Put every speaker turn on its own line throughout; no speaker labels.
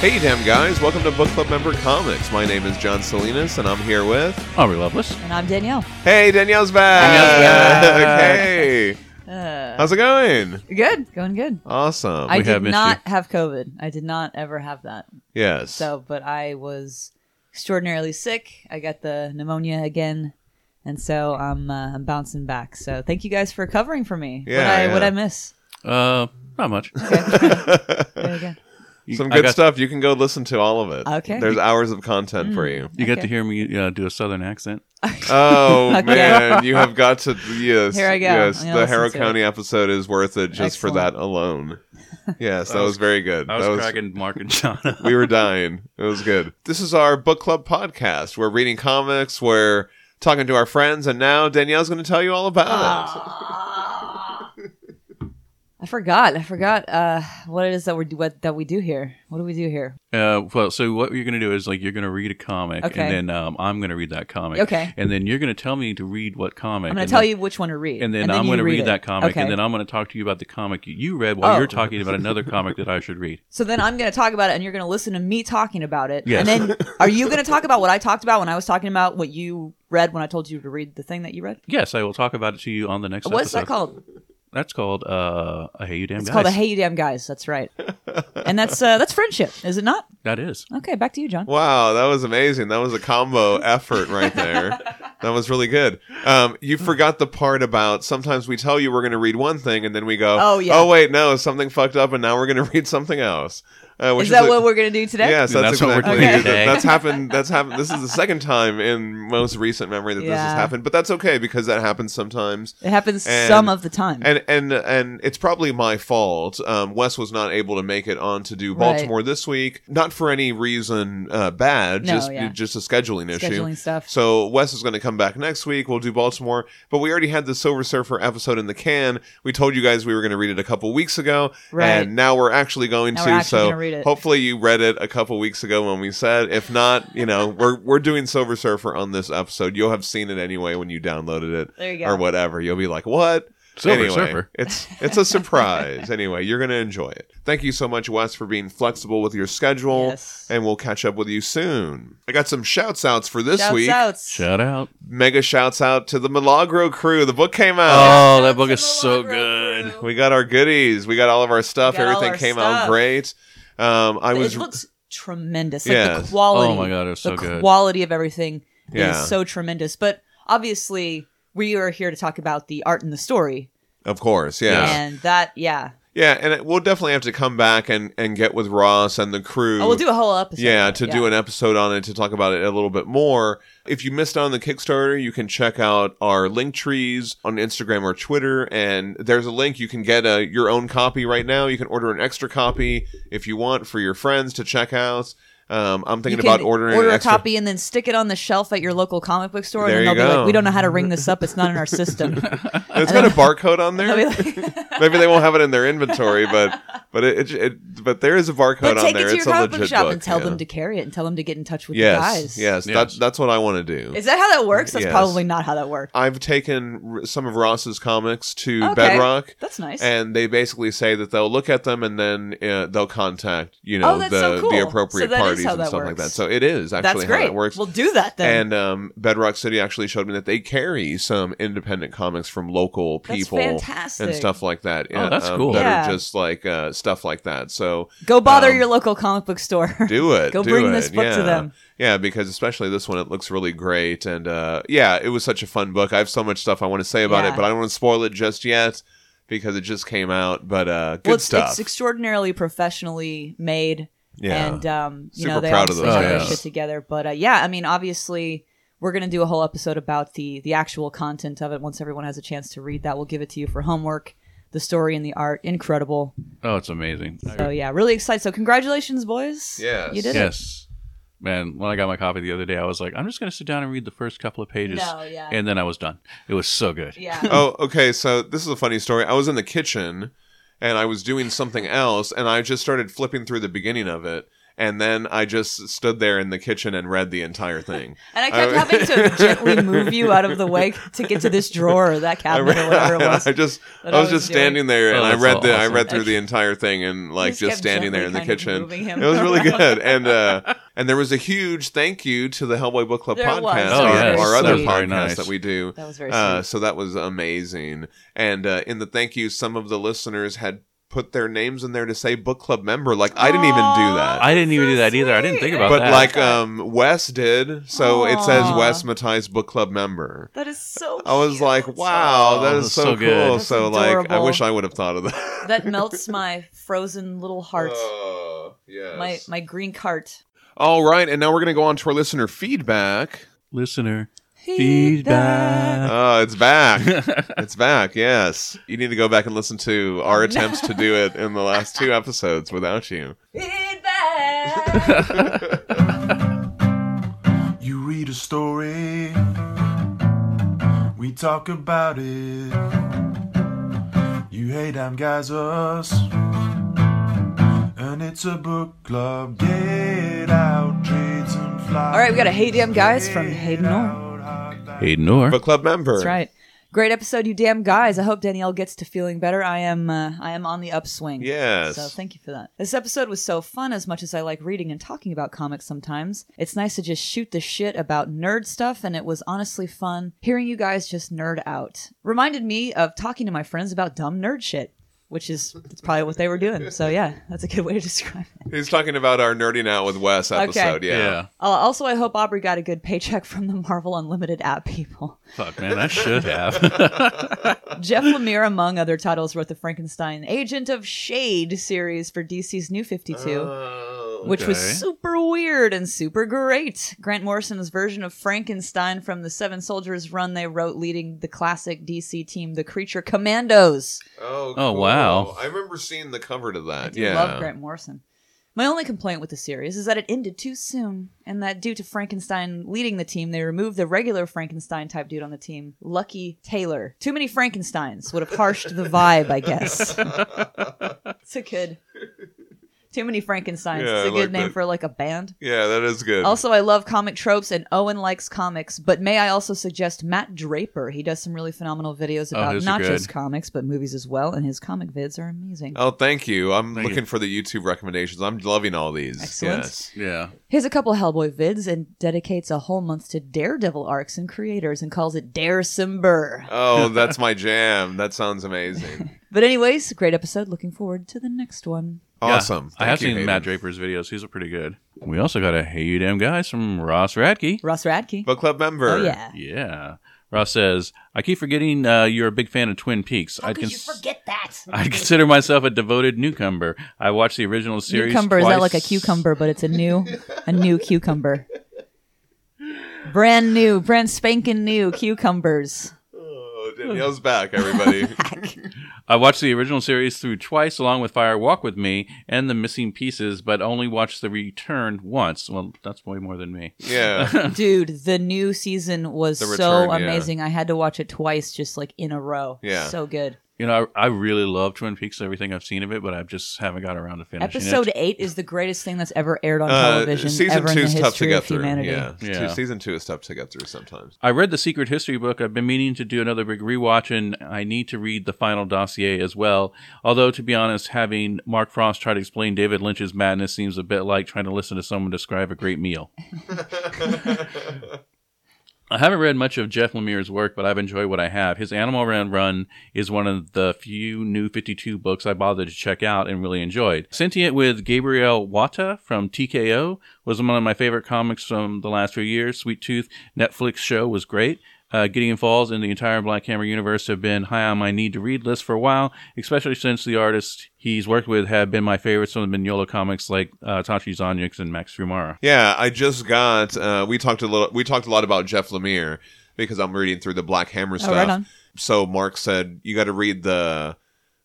Hey, you damn guys, welcome to Book Club Member Comics. My name is John Salinas, and I'm here with.
Aubrey Loveless.
And I'm Danielle.
Hey, Danielle's back!
Danielle's back.
hey! How's it going?
Good, going good.
Awesome.
Uh. I
We have
did
missed
not have COVID. I did not ever have that.
yes.
So, but I was extraordinarily sick. I got the pneumonia again, and so I'm uh, I'm bouncing back. So, thank you guys for covering for me.
Yeah,
what I what
yeah.
I miss.
Uh, not much.
There you go.
You-
Some
I
good
got-
stuff. You can go listen to all of it.
Okay.
There's hours of content for you.
You get
Okay.
to hear me uh, do a southern accent.
Oh
Okay.
man, you have got to yes.
Here I go.
Yes,
I'm gonna
the Harrow
listen to
County episode is worth it just for
Excellent.
that alone. Yes, that
I was-
was very good.
I was,
that was
cracking Mark and John. up.
we were dying. It was good. This is our book club podcast. We're reading comics, we're talking to our friends, and now Danielle's going to tell you all about
Ah. I forgot. I forgot uh, what it is that we do what that we do here. What do we do here?
Uh, well, so what you're gonna do is like you're gonna read a comic,
Okay.
and then um, I'm gonna read that comic.
Okay.
And then you're gonna tell me to read what comic.
I'm going
and
to tell
then-
you which one to read,
And then, I'm
you
going to read,
it.
that comic,
Okay.
and then I'm going to talk to you about the comic you- you read while
Oh.
you're talking about another comic that I should read.
So then I'm going to talk about it, and you're going to listen to me talking about it.
Yes.
And then are you going to talk about what I talked about when I was talking about what you read when I told you to read the thing that you read?
Yes, I will talk about it to you on the next.
What's that
episode.
called?
That's called uh, a hey you damn
It's
guys.
called a Hey You Damn Guys. That's right. and that's uh, that's friendship, is it not?
That is.
Okay, back to you, John.
it. Wow, that was amazing. That was a combo effort right there. That was really good. Um, you forgot the part about sometimes we tell you we're going to read one thing, and then we go,
Oh, yeah.
oh wait, no, something fucked up, and now we're going to read something else." Uh, which
Is that
a-
what we're going to do today?
Yes,
Yeah,
that's,
that's what we're
exactly.
doing
that-
today.
That's happened. That's happened. This is the second time in most recent memory that this has
Yeah.
happened, but that's okay because that happens sometimes.
It happens
And-
some of the time.
And and and it's probably my fault. Um, Wes was not able to make it on to do
Right.
Baltimore this week, not for any reason uh, bad,
No,
just
yeah.
just a scheduling, issue.
Scheduling stuff.
So Wes is going to come back next week. We'll do Baltimore, but we already had the Silver Surfer episode in the can. We told you guys we were going to read it a couple weeks ago,
Right.
and now we're actually going
Now
to.
we're actually
so
gonna read it.
hopefully you read it a couple weeks ago when we said. If not, you know we're we're doing Silver Surfer on this episode. You'll have seen it anyway when you downloaded it
There you go.
or whatever. You'll be like, what?
Silver
anyway,
Surfer.
It's it's a surprise. anyway, you're gonna enjoy it. Thank you so much, Wes, for being flexible with your schedule.
Yes.
And we'll catch up with you soon. I got some shouts outs for this
Shouts
week.
outs.
Shout out.
Mega shouts out to the Milagro crew. The book came out.
Oh, that book is
That's
so
a Milagro
good.
crew.
We got our goodies. We got all of our stuff.
We got all
Everything
our
came out
stuff.
great. Um, I was
it looks tremendous. Like
Yes.
the quality.
Oh my God, it was so
the
good.
quality of everything
Yeah.
is so tremendous. But obviously, we are here to talk about the art and the story,
of course, yeah.
and that yeah.
Yeah, and it, we'll definitely have to come back and, and get with Ross and the crew.
Oh, we'll do a whole episode.
yeah, to do an episode on it to talk about it a little bit more. If you missed out on the Kickstarter, you can check out our link trees on Instagram or Twitter, and there's a link you can get a, your own copy right now. You can order an extra copy if you want for your friends to check out. Um, I'm
You
thinking
can
about ordering
order
an
a
extra.
copy and then stick it on the shelf at your local comic book store,
There
and
you
then they'll be
go.
like, "We don't know how to ring this up. It's not in our system."
And it's got a barcode on
They'll be
there.
like,
Maybe they won't have it in their inventory, but but it, it, it but there is a barcode
but
on
take
there.
it to your
it's a
comic
legit
book shop
book,
and tell
yeah.
them to carry it and tell them to get in touch with
Yes,
you guys.
yes,
Yes.
That, that's what I want to do.
Is that how that works? That's
Yes.
probably not how that works.
I've taken r- some of Ross's comics to
Okay.
Bedrock,
That's nice.
and they basically say that they'll look at them and then uh, they'll contact you know
Oh,
the
that's so cool.
the appropriate
So that is
parties
how
and
that
stuff like that.
works.
So it is
That's
actually how
great.
that works.
We'll do that then.
and um, Bedrock City actually showed me that they carry some independent comics from local
That's
people and
fantastic.
stuff like that.
Oh, that's
um,
cool.
That are
Yeah.
just like uh, stuff like that. So
Go bother
Um,
your local comic book store.
do it.
Go
do
bring
it.
this book
yeah.
to them.
Yeah, because especially this one, it looks really great. And uh, yeah, it was such a fun book. I have so much stuff I want to say about it,
Yeah.
but I don't want to spoil it just yet because it just came out. But uh, good
well, it's,
stuff.
it's extraordinarily professionally made.
Yeah.
And um, you
Super
know, they
proud of
obviously
those
have their
guys.
shit together. But uh, yeah, I mean, obviously, we're gonna do a whole episode about the the actual content of it once everyone has a chance to read that. We'll give it to you for homework. The story and the art, incredible.
Oh, it's amazing.
So yeah, really excited. So congratulations, boys.
Yes.
you did it.
Yes. Man, when I got my copy the other day, I was like, I'm just going to sit down and read the first couple of pages.
No, yeah.
And then I was done. It was so good.
Yeah.
oh, okay. So this is a funny story. I was in the kitchen and I was doing something else, and I just started flipping through the beginning of it. And then I just stood there in the kitchen and read the entire thing.
And I kept having to gently move you out of the way to get to this drawer or that
I,
cabinet
read-
or whatever it was.
I just I
that I
was,
was
just
doing.
standing there
Oh,
and I
that's
read
so
the I
awesome.
read through the entire thing and like
just
just,
kept
standing there in the
gently kind
kitchen.
of moving him
It was really
around.
good. And uh and there was a huge thank you to the Hellboy Book Club
There
podcast,
was.
Oh,
our,
yes.
our
That
other
was very
podcast
nice.
that we do.
That was very sweet.
Uh, so that was amazing. And uh, in the thank you, some of the listeners had put their names in there to say book club member. Like I didn't even do that.
I didn't even do that either. I didn't think about
but
that.
like um Wes did, so it says
Aw.
Wes Matthijs book club member.
that is so.
I was
cute.
like, wow, that is
that's
so,
so
cool.
good.
That's
so like I
adorable.
wish I would have thought of that.
that melts my frozen little heart.
Oh, yes.
my my green cart.
All right, and now we're gonna go on to our listener feedback.
listener feedback.
Oh, it's back. it's back, yes. You need to go back and listen to
Oh,
our attempts to do it in the last two episodes without you.
Feedback.
You read a story, we talk about it. You hate I'm guys us, and it's a book club. Get out, trades and fly.
All right, we got a Hey Damn Guys from Hayden Orr.
Hayden Orr.
Book club member.
That's right. Great episode, you damn guys. I hope Danielle gets to feeling better. I am uh, I am on the upswing.
Yes.
So thank you for that. This episode was so fun as much as I like reading and talking about comics sometimes. It's nice to just shoot the shit about nerd stuff and it was honestly fun hearing you guys just nerd out. Reminded me of talking to my friends about dumb nerd shit, which is that's probably what they were doing. So yeah, that's a good way to describe it.
He's talking about our nerding out with Wes episode.
Okay.
Yeah.
yeah.
Uh, also, I hope Aubrey got a good paycheck from the Marvel Unlimited app people.
Fuck, man, I should have.
Jeff Lemire, among other titles, wrote the Frankenstein Agent of Shade series for DC's New 52,
Oh,
which was
okay.
super weird and super great. Grant Morrison's version of Frankenstein from the Seven Soldiers run they wrote, leading the classic DC team, the Creature Commandos.
Oh,
Oh, wow.
I remember seeing the cover to
I
that.
do
yeah.
love Grant Morrison. My only complaint with the series is that it ended too soon, and that due to Frankenstein leading the team, they removed the regular Frankenstein type dude on the team, Lucky Taylor. Too many Frankensteins would have harshed the vibe, I guess. it's a good. Too many Frankensteins.
Yeah, I
it's a good
like
name
that.
for like a band.
Yeah, that is good.
Also, I love comic tropes, and Owen likes comics. But may I also suggest Matt Draper? He does some really phenomenal videos
Oh,
about
those are
not
good.
just comics but movies as well, and his comic vids are amazing.
oh, thank you. I'm
Thank you.
looking for the YouTube recommendations. I'm loving all these.
Excellent.
Yes.
yeah.
Here's a couple Hellboy vids and dedicates a whole month to Daredevil arcs and creators and calls it Darecember.
Oh, that's my jam. That sounds amazing.
But anyways, great episode. Looking forward to the next one.
Awesome.
Yeah. I
Thank
have
you,
seen
Hayden.
Matt Draper's videos. These are pretty good. We also got a Hey You Damn Guys from Ross Radke.
Ross Radke.
Book club member.
Oh yeah.
Yeah. Ross says, I keep forgetting uh, you're a big fan of Twin Peaks.
Oh,
How I'd could you forget that? I'd consider myself a devoted newcomer. I watched the original series.
Cucumber is
twice.
that like a cucumber, but it's a new, a new cucumber. Brand new, brand spanking new cucumbers.
Oh, Danielle's back, everybody.
I watched the original series through twice, along with Fire Walk with Me and The Missing Pieces, but only watched the Return once. Well, that's way more than me.
yeah.
Dude, the new season was
The
so
return, yeah.
amazing. I had to watch it twice, just like in a row.
Yeah.
So good.
You know, I, I really love Twin Peaks, everything I've seen of it, but I just haven't got around to finishing
Episode
it.
eight is the greatest thing that's ever aired on
Uh,
television.
season
ever
two
in the
is
history
tough to get
of
through.
humanity.
Yeah.
Yeah.
Two- season two is tough to get through sometimes.
I read the Secret History book. I've been meaning to do another big rewatch, and I need to read the final dossier as well. Although, to be honest, having Mark Frost try to explain David Lynch's madness seems a bit like trying to listen to someone describe a great meal. I haven't read much of Jeff Lemire's work, but I've enjoyed what I have. His Animal Round Run is one of the few new 52 books I bothered to check out and really enjoyed. Sentient with Gabriel Wata from TKO was one of my favorite comics from the last few years. Sweet Tooth Netflix show was great. Uh, Gideon Falls and the entire Black Hammer universe have been high on my need to read list for a while, especially since the artists he's worked with have been my favorites from the Mignolo comics like uh, Tachi Zonyx and Max Fumara.
Yeah, I just got. Uh, we talked a little. We talked a lot about Jeff Lemire because I'm reading through the Black Hammer
Oh,
stuff.
right on.
So Mark said you got to read the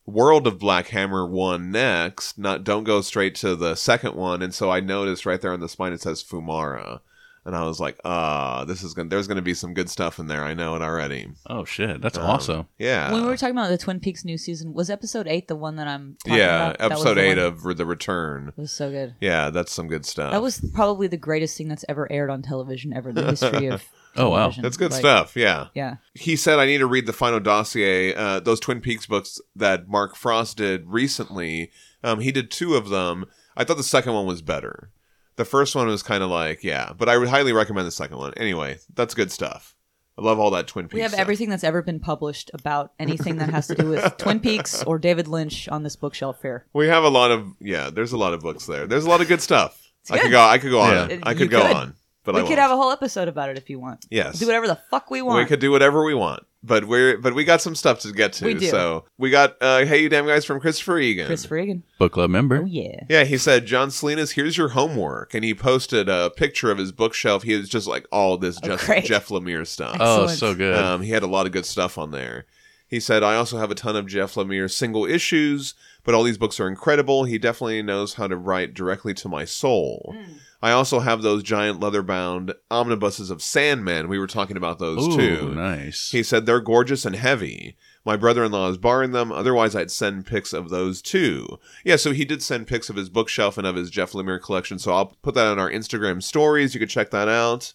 World of Black Hammer one next. Not don't go straight to the second one. And so I noticed right there on the spine it says Fumara. and I was like, "Ah, this is gonna. There's gonna be some good stuff in there. I know it already."
Oh shit, that's
Um,
awesome.
Yeah.
when we were talking about the Twin Peaks new season, was episode eight the one that I'm talking
yeah,
about? That was
episode
the
eight
one-
of Uh, the return.
It was so good.
Yeah, that's some good stuff.
That was probably the greatest thing that's ever aired on television ever in the history of.
Oh, wow.
television.
that's good
Like,
stuff. Yeah.
Yeah.
he said i need to read the final dossier uh, those twin peaks books that mark frost did recently um, he did two of them i thought the second one was better the first one was kind of like yeah but i would highly recommend the second one anyway that's good stuff i love all that twin peaks
We have
stuff.
everything that's ever been published about anything that has to do with Twin Peaks or David Lynch on this bookshelf here.
we have a lot of yeah there's a lot of books there there's a lot of good stuff
It's
i could
good.
go i could go on
Yeah.
i
You
could go
could.
on but
we
i
could
won't.
have a whole episode about it if you want.
yes
Do whatever the fuck we want.
We could do whatever we want, but we're but we got some stuff to get to.
We do.
So we got uh, hey you damn guys from Christopher Egan.
Chris Regan.
Book club member.
Oh yeah.
Yeah, he said, John Salinas, here's your homework. And he posted a picture of his bookshelf. He was just like, all this
Oh,
just
great.
Jeff Lemire stuff.
Oh,
Excellent.
so good.
Um, he had a lot of good stuff on there. He said, I also have a ton of Jeff Lemire single issues, but all these books are incredible. He definitely knows how to write directly to my soul.
Hmm.
I also have those giant leather bound omnibuses of Sandman. We were talking about those
Ooh,
too.
nice.
He said they're gorgeous and heavy. My brother in law is borrowing them, otherwise, I'd send pics of those too. Yeah, so he did send pics of his bookshelf and of his Jeff Lemire collection, so I'll put that on our Instagram stories. You can check that out.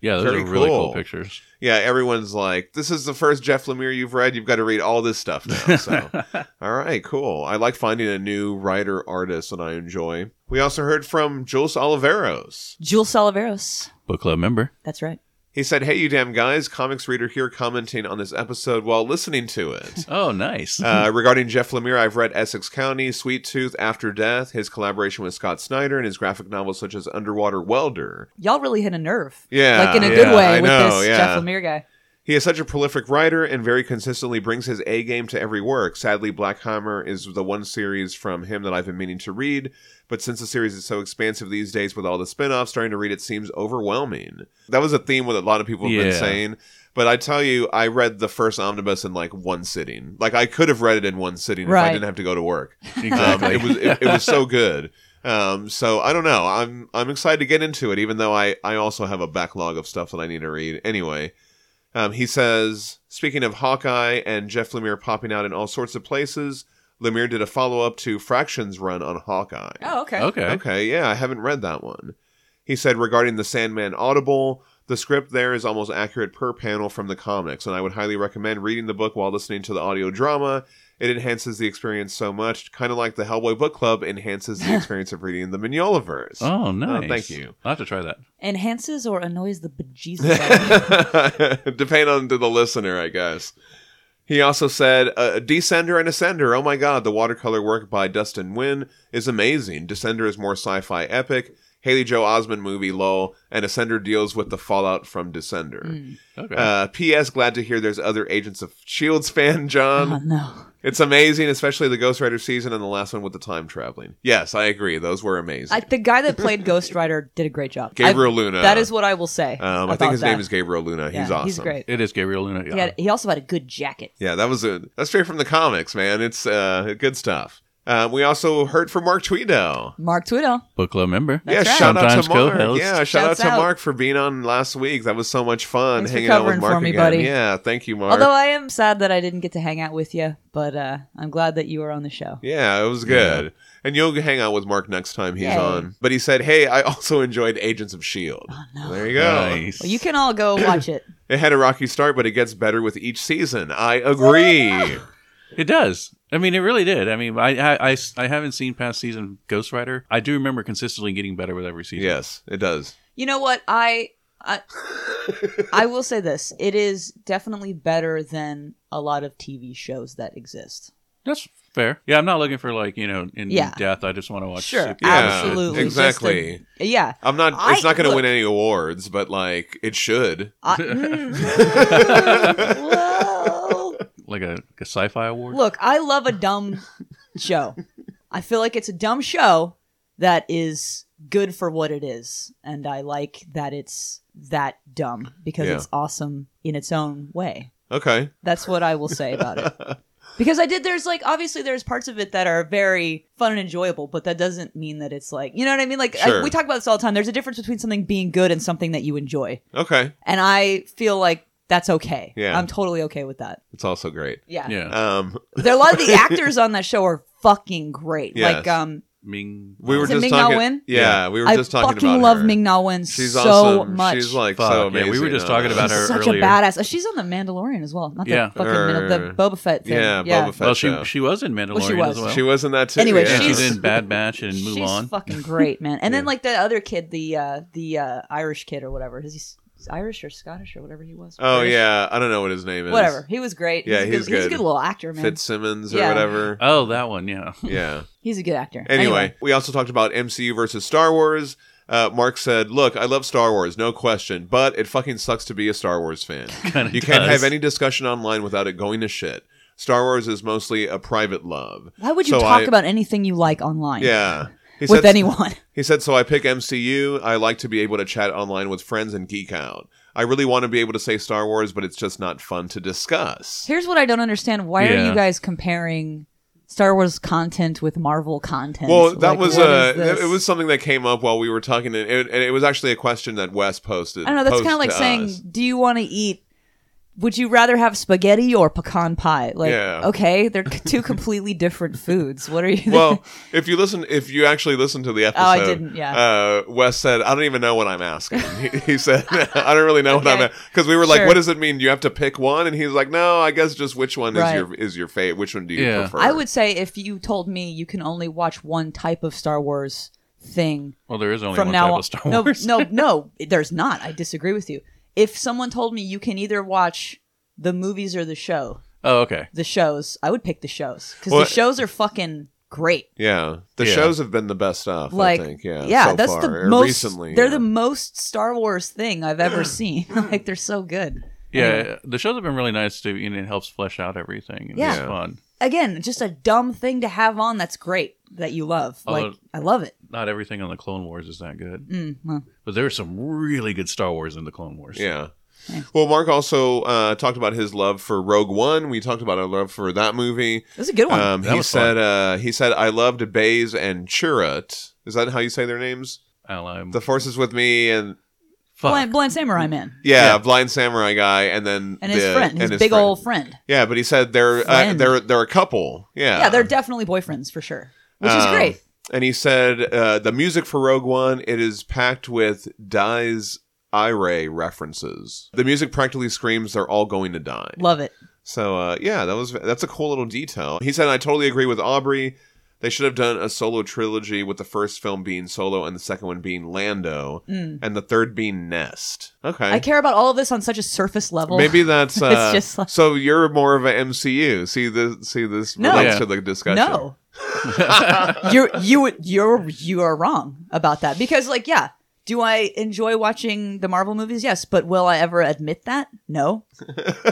yeah, those
very
are really cool.
cool.
pictures.
Yeah, everyone's like, this is the first Jeff Lemire you've read. You've got to read all this stuff now. So, all right, cool. I like finding a new writer artist that I enjoy. We also heard from Jules Oliveros.
Jules Salaveros.
Book club member.
That's right.
He said, Hey, you damn guys, comics reader here commenting on this episode while listening to it.
Oh, nice.
Uh, regarding Jeff Lemire, I've read Essex County, Sweet Tooth, After Death, his collaboration with Scott Snyder, and his graphic novels such as Underwater Welder.
Y'all really hit a nerve.
Yeah,
Like in a
yeah,
good way
I
with
know,
this
yeah.
Jeff Lemire guy.
He is such a prolific writer and very consistently brings his A game to every work. Sadly, Black Hammer is the one series from him that I've been meaning to read, but since the series is so expansive these days with all the spin offs, starting to read it seems overwhelming. That was a theme that a lot of people have been
Yeah.
saying. But I tell you, I read the first omnibus in like one sitting. Like I could have read it in one sitting if I
Right.
didn't have to go to work. Um,
exactly.
it was it, it was so good. Um, so I don't know. I'm I'm excited to get into it, even though I I also have a backlog of stuff that I need to read. Anyway, um, he says speaking of Hawkeye and Jeff Lemire popping out in all sorts of places, Lemire did a follow up to Fractions run on Hawkeye.
Oh, okay.
okay.
Okay, yeah, I haven't read that one. He said regarding the Sandman Audible, the script there is almost accurate per panel from the comics, and I would highly recommend reading the book while listening to the audio drama. It enhances the experience so much, kind of like the Hellboy Book Club enhances the experience of reading the Mignolaverse.
Oh, nice.
thank you.
I'll have to try that.
Enhances or annoys the bejesus out of me.
Depending on to the listener, I guess. He also said, uh, "A "Descender and Ascender. Oh my God, the watercolor work by Dustin Wynn is amazing. Descender is more sci-fi epic. Haley Joe Osmond movie, lol, and Ascender deals with the fallout from Descender."
Mm.
Okay.
Uh, P.S. Glad to hear there's other Agents of Shields fan, John.
Oh, no.
It's amazing, especially the Ghost Rider season and the last one with the time traveling. Yes, I agree; those were amazing.
I, the guy that played Ghost Rider did a great job.
Gabriel
I-
Luna.
That is what I will say.
um, I
about
think his
that.
name is Gabriel Luna.
Yeah,
he's awesome.
He's great.
it is Gabriel Luna. uh, Yeah.
He, had, he also had a good jacket.
Yeah, that was a that's straight from the comics, man. It's uh, good stuff. Um, we also heard from Mark Tweedo.
Mark Twiddle.
Book club member.
That's
yeah,
right.
shout out
Sometimes
to Mark.
co-host.
Yeah, shout
Shouts
out to
out.
Mark for being on last week. That was so much fun
Thanks for
hanging out with
covering
Mark
for me,
again.
buddy.
Yeah, thank you, Mark.
Although I am sad that I didn't get to hang out with you, but uh, I'm glad that you were on the show.
yeah, it was good. And you'll hang out with Mark next time he's
Yay.
on. But he said, "Hey, I also enjoyed Agents of Shield." E
Oh,
There you go.
Nice.
Well, you can all go watch it.
It had a rocky start, but it gets better with each season. I agree.
It does. I mean, it really did. I mean, I, I, I, I haven't seen past season Ghost Rider. I do remember consistently getting better with every season.
yes, it does.
You know what? I I, I will say this. It is definitely better than a lot of TV shows that exist.
That's fair. Yeah, I'm not looking for like you know in
Yeah.
death. I just want to watch.
Sure,
super-
Yeah,
absolutely, Just a-
exactly.
yeah,
I'm not.
I-
it's not going to
look-
win any awards, but like it should.
I, Mm. Well,
like a, like a sci-fi award.
look, I love a dumb show. I feel like it's a dumb show that is good for what it is, and I like that it's that dumb because
Yeah.
it's awesome in its own way.
Okay.
That's what I will say about it. Because I did, there's like, obviously, there's parts of it that are very fun and enjoyable, but that doesn't mean that it's like, you know what I mean? Like, I-
Sure.
we talk about this all the time. There's a difference between something being good and something that you enjoy.
Okay,
And I feel like that's okay.
Yeah.
I'm totally okay with that.
it's also great.
Yeah.
Yeah.
Um,
There, a lot of the actors on that show are fucking great.
Yes.
Like, um,
Ming.
we were
Is it
just
Ming-Na
talking.
Wen?
Yeah, we were
I
just talking
fucking
about.
love
her.
Ming Na Wen
She's
so
awesome.
much.
She's like
Fuck,
so
yeah,
amazing.
we were just talking about
She's
her
such
earlier.
a badass. Uh, She's on the Mandalorian as well, not the
Yeah.
fucking
Or-
Mandal- the Boba Fett thing.
Yeah, Boba Fett.
Well, she
show.
she was in Mandalorian
she was.
as well.
She was in that too.
Anyway,
yeah.
And she's
She's-
in Bad Batch and
She's
Mulan.
fucking great, man. And
Yeah.
then like the other kid, the uh, the uh, Irish kid or whatever. Is he s- Irish or Scottish or whatever he was?
Oh
British?
yeah, I don't know what his name is.
whatever. He was great.
Yeah,
he's, a good,
he's
he's a
good.
good little actor, man.
Fitzsimmons or
Yeah.
whatever.
oh, that one. Yeah.
Yeah.
He's a good actor.
Anyway, we also talked about MCU versus Star Wars. Uh, Mark said, "Look, I love Star Wars, no question, but it fucking sucks to be a Star Wars fan.
Kinda
you can't
does.
have any discussion online without it going to shit. Star Wars is mostly a private love.
why would you
So
talk
I-
about anything you like online?
Yeah." He
with
said-
anyone.
He said, So I pick MCU. I like to be able to chat online with friends and geek out. I really want to be able to say Star Wars, but it's just not fun to discuss.
Here's what I don't understand: Why are
Yeah.
you guys comparing Star Wars content with Marvel content?
Well, that
Like,
was
what
uh,
is this?
it was something that came up while we were talking, and it, and it was actually a question that Wes posted.
I don't know. That's kind
posed
of like
to
saying,
us.
"Do you want to eat? Would you rather have spaghetti or pecan pie?" Like,
Yeah.
okay, they're c- two completely different foods. What are you?
well, if you listen, if you actually listen to the episode,
Oh, I didn't,
Uh, Wes said, "I don't even know what I'm asking." He, he said, "I don't really know what I'm
Okay.
asking." Because we were like,
Sure.
"What does it mean? You have to pick one," and he's like, "No, I guess just which one is
Right.
your is your favorite? Which one do you
Yeah.
prefer?"
I would say if you told me you can only watch one type of Star Wars thing
Well, there is only
from
one
now
type
on,
of Star Wars.
no, no, no, there's not. I disagree with you. If someone told me you can either watch the movies or the show,
Oh, okay.
the shows, I would pick the shows because
Well-
the shows are fucking great.
Yeah, the
Yeah.
shows have been the best stuff.
like
I think. Yeah, so
that's
far,
the
or
most
recently.
they're
yeah.
the most star wars thing i've ever seen like they're so good
Yeah, the shows have been really nice too, and it helps flesh out everything. and
Yeah.
It's fun.
again just a dumb thing to have on that's great that you love like
Although-
i love it
Not everything on the Clone Wars is that good,
mm, well,
but there's some really good Star Wars in the Clone Wars.
Yeah.
Thanks.
Well, Mark also uh, talked about his love for Rogue One. We talked about our love for that movie.
it was a good one
Um,
That
he
was
said,
fun.
uh, "He said I loved Baze and Chirrut. Is that how you say their names?
Ally.
The Force is with me, and
Fuck.
blind, blind samurai man
yeah,
Yeah.
blind samurai guy, and then
and his
the-
friend his
and
big
friend.
old friend
yeah." But he said they're uh,
Friend.
they're they're a couple. Yeah,
yeah. they're definitely boyfriends for sure which is
Um,
great
And he said uh, the music for Rogue One it is packed with dies ire references. The music practically screams they're all going to die.
love it
So uh, yeah, that was that's a cool little detail. He said I totally agree with Aubrey. They should have done a solo trilogy with the first film being Solo and the second one being Lando
Mm.
and the third being Nest. Okay.
i care about all of this on such a surface level
Maybe that's uh,
It's just like-
so. You're more of a MCU. See the see this
No.
relates
Yeah.
to the discussion.
no you're you you're you are wrong about that because like yeah do i enjoy watching the marvel movies yes but will i ever admit that no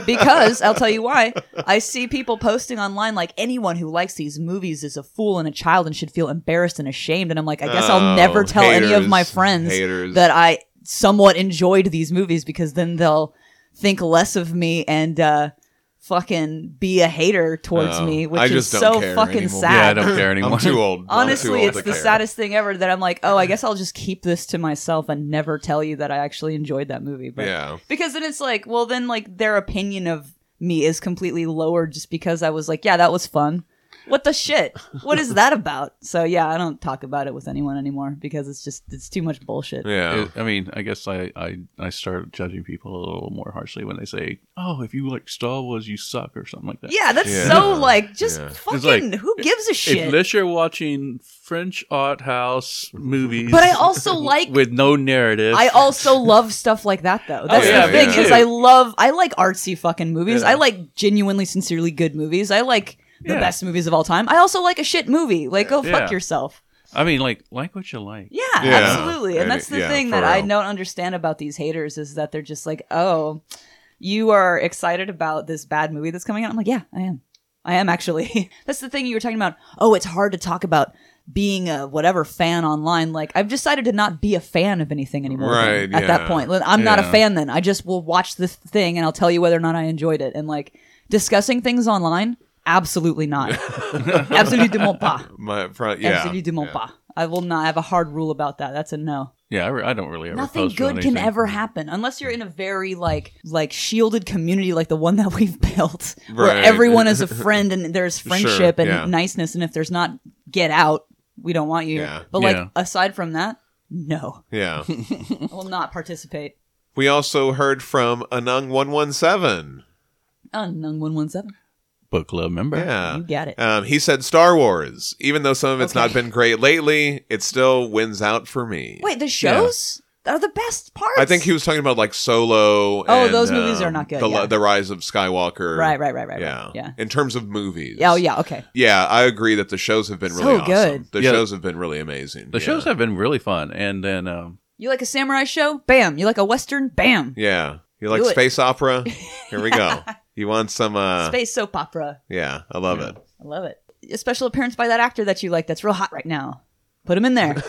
because i'll tell you why i see people posting online like anyone who likes these movies is a fool and a child and should feel embarrassed and ashamed and i'm like i guess
Oh,
i'll never tell any of my
haters,
friends
haters.
that i somewhat enjoyed these movies because then they'll think less of me and uh fucking be a hater towards
Oh,
me which
I
is
just don't
so
care
fucking
anymore.
sad
yeah, I don't care anymore.
I'm too old. I'm too
Honestly,
old
it's
to
the
care.
saddest thing ever that I'm like, oh, I guess I'll just keep this to myself and never tell you that I actually enjoyed that movie. But
Yeah.
because then it's like, well, then like their opinion of me is completely lowered just because I was like, yeah, that was fun. What the shit? What is that about? So yeah, I don't talk about it with anyone anymore because it's just it's too much bullshit.
Yeah.
It- I mean, I guess I, I I start judging people a little more harshly when they say, "Oh, if you like Star Wars, you suck" or something like that.
Yeah, that's
Yeah.
so like just
Yeah.
fucking
like,
who gives a shit?
Unless you're watching French art house movies,
but I also like
with Oh, no narrative.
I also love stuff like that though. That's
yeah,
the thing
yeah.
is I love I like artsy fucking movies.
Yeah.
I like genuinely sincerely good movies. I like the
Yeah.
best movies of all time. I also like a shit movie. Like go
Yeah.
fuck yourself.
I mean, like like what you like.
Yeah,
Yeah.
absolutely. And
And
that's the
it- yeah,
thing
for
that I
real.
don't understand about these haters is that they're just like, "Oh, you are excited about this bad movie that's coming out." I'm like, "Yeah, I am. I am actually." that's the thing you were talking about. "Oh, it's hard to talk about being a whatever fan online." Like, I've decided to not be a fan of anything anymore.
Right,
at
yeah.
that point. Like, I'm not a
Yeah.
fan then. I just will watch this thing and I'll tell you whether or not I enjoyed it. And like discussing things online absolutely not. absolutely pas.
My front, yeah.
absolutely
yeah.
pas. I will not I have a hard rule about that. That's a no.
Yeah, I, re- I don't really ever.
Nothing
post
good
about
can
anything.
ever happen unless you're in a very like like shielded community like the one that we've built, where
Right.
everyone is a friend and there's friendship and
yeah.
niceness. And if there's not, get out. We don't want you.
Yeah.
But like
Yeah.
aside from that, no,
Yeah.
I will not participate.
we also heard from Anung one one seven.
Unknown one one seven.
Book club member.
Yeah.
You got it.
Um, he said Star Wars. Even though some of it's not
Okay.
been great lately, it still wins out for me.
Wait, the shows are the best parts.
I think he was talking about like Solo.
Oh,
and,
those movies
um,
are not good,
The,
yeah.
the Rise of Skywalker.
Right, right, right, right,
Yeah.
right. Yeah.
In terms of movies.
Yeah, oh yeah, okay.
Yeah, I agree that the shows have been
So
really awesome.
good.
The
Yeah.
shows have been really amazing.
The
yeah.
shows have been really fun, and then um,
You like a samurai show? Bam. You like a western? Bam.
Yeah. You like
Do it.
space opera? Here we go. You want some uh
Space soap opera.
Yeah, I love it.
I love it. A special appearance by that actor that you like that's real hot right now. Put him in there. Do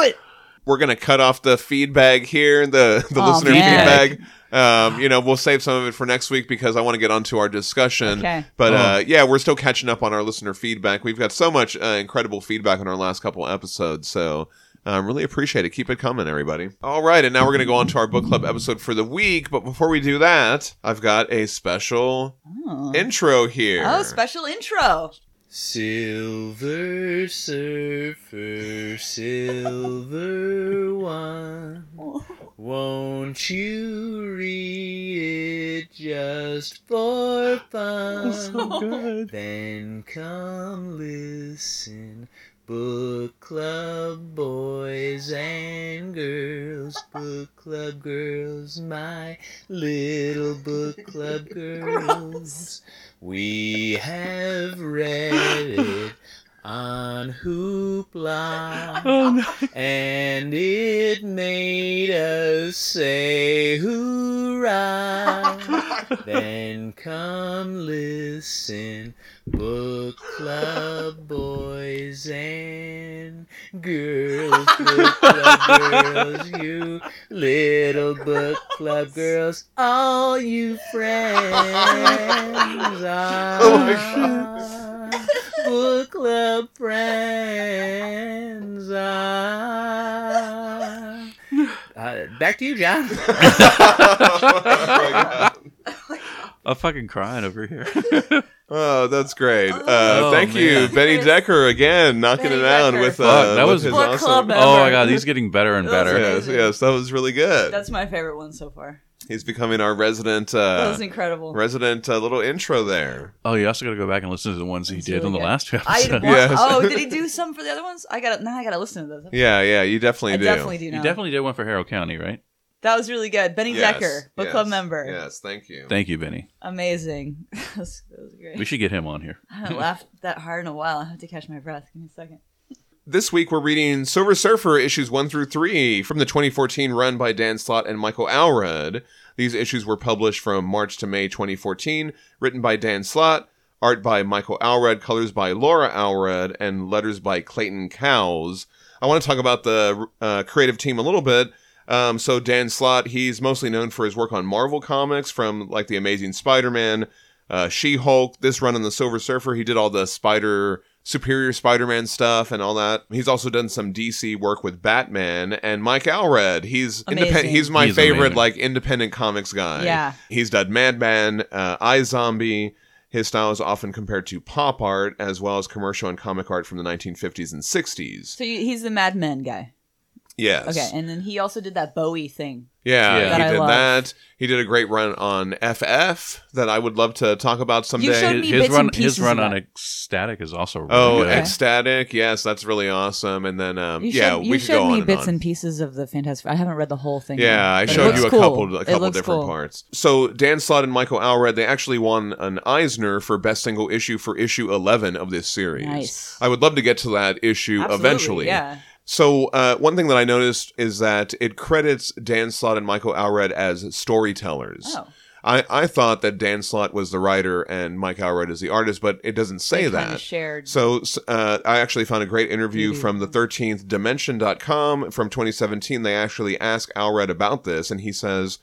it.
We're gonna cut off the feedback here, the the
Aw,
listener
Oh, man.
feedback. Um, you know, we'll save some of it for next week because I want to get onto our discussion.
Okay.
But
Oh.
uh, yeah, we're still catching up on our listener feedback. We've got so much uh, incredible feedback on our last couple episodes, so um, really appreciate it. Keep it coming, everybody. All right, and now we're gonna go on to our book club episode for the week. But before we do that, I've got a special
Oh,
intro here.
Oh, special intro.
Silver Surfer, Silver One, won't you read it just for fun? Then come listen, book club boys and girls, book club girls, my little book club girls. We have read it on Hoopla, and it made us say hoorah. then come listen, book club boys and girls, book club girls, you little book club girls, all you friends are.
Oh my
Book club friends are. Uh, back to you, John.
I'm fucking crying over here.
Oh, that's great! Uh,
Oh,
thank
man.
you, Benny Decker, again knocking
Benny
it out
Decker.
with uh,
Fuck, that
with
was-
his
Book
awesome-
club
oh my god, he's getting better and
That was
better.
amazing.
Yes, yes, that was really good.
That's my favorite one so far.
He's becoming our resident
That
uh,
was incredible.
resident uh, little intro there.
Oh, you also got to go back and listen to the ones he
That's
did
really
on the
good.
last episode.
I want,
Yes.
Oh, did he do some for the other ones? I got to now. I got to listen to those.
Yeah, yeah, you definitely
I
do.
definitely do
you
now.
definitely did one for Harrow County, right?
that was really good. Benny
Yes,
Decker, book
yes,
club member.
Yes, thank you.
Thank you, Benny.
Amazing. that, was, that was great.
We should get him on here.
I haven't laughed that hard in a while. I have to catch my breath. Give me a second.
this week we're reading Silver Surfer issues one through three from the 2014 run by Dan Slott and Michael Alred. These issues were published from March to May 2014, written by Dan Slott, art by Michael Alred, colors by Laura Alred, and letters by Clayton Cowles. I want to talk about the uh, creative team a little bit. Um, so Dan Slott, he's mostly known for his work on Marvel comics, from like the Amazing Spider-Man, uh, She-Hulk, this run on the Silver Surfer. He did all the Spider Superior Spider-Man stuff and all that. He's also done some DC work with Batman and Mike Alred. He's independent.
Amazing.
He's my
He's
favorite
amazing.
like independent comics guy.
Yeah.
he's done Madman, uh, I Zombie. His style is often compared to pop art as well as commercial and comic art from the 1950s and 60s.
So you, he's the Mad Men guy.
Yes.
Okay, and then he also did that Bowie thing.
Yeah,
Yeah. That
he
I
did
love.
that. He did a great run on FF that I would love to talk about someday.
showed me
His
bits
run,
and
his
pieces
run
of
on
that.
Ecstatic is also really
oh,
good.
Okay.
ecstatic! Yes, that's really awesome. And then, um,
You
yeah,
showed, you
we could
showed
go
me
on and
bits
on.
and pieces of the Fantastic. I haven't read the whole thing. yet,
Yeah, I
but it
showed
looks
you a
cool.
couple a
It
couple
looks
different
cool.
parts. So Dan Slott and Michael Alred, they actually won an Eisner for best single issue for issue eleven of this series.
Nice.
I would love to get to that issue
Absolutely,
eventually.
Yeah.
So uh, one thing that I noticed is that it credits Dan Slott and Michael Alred as storytellers.
Oh,
I, I thought that Dan Slott was the writer and Mike Allred is the artist, but it doesn't say
they kinda
that.
shared.
So s- uh, I actually found a great interview
Mhm.
from the 13th Dimension.com from 2017. They actually ask Allred about this, and he says,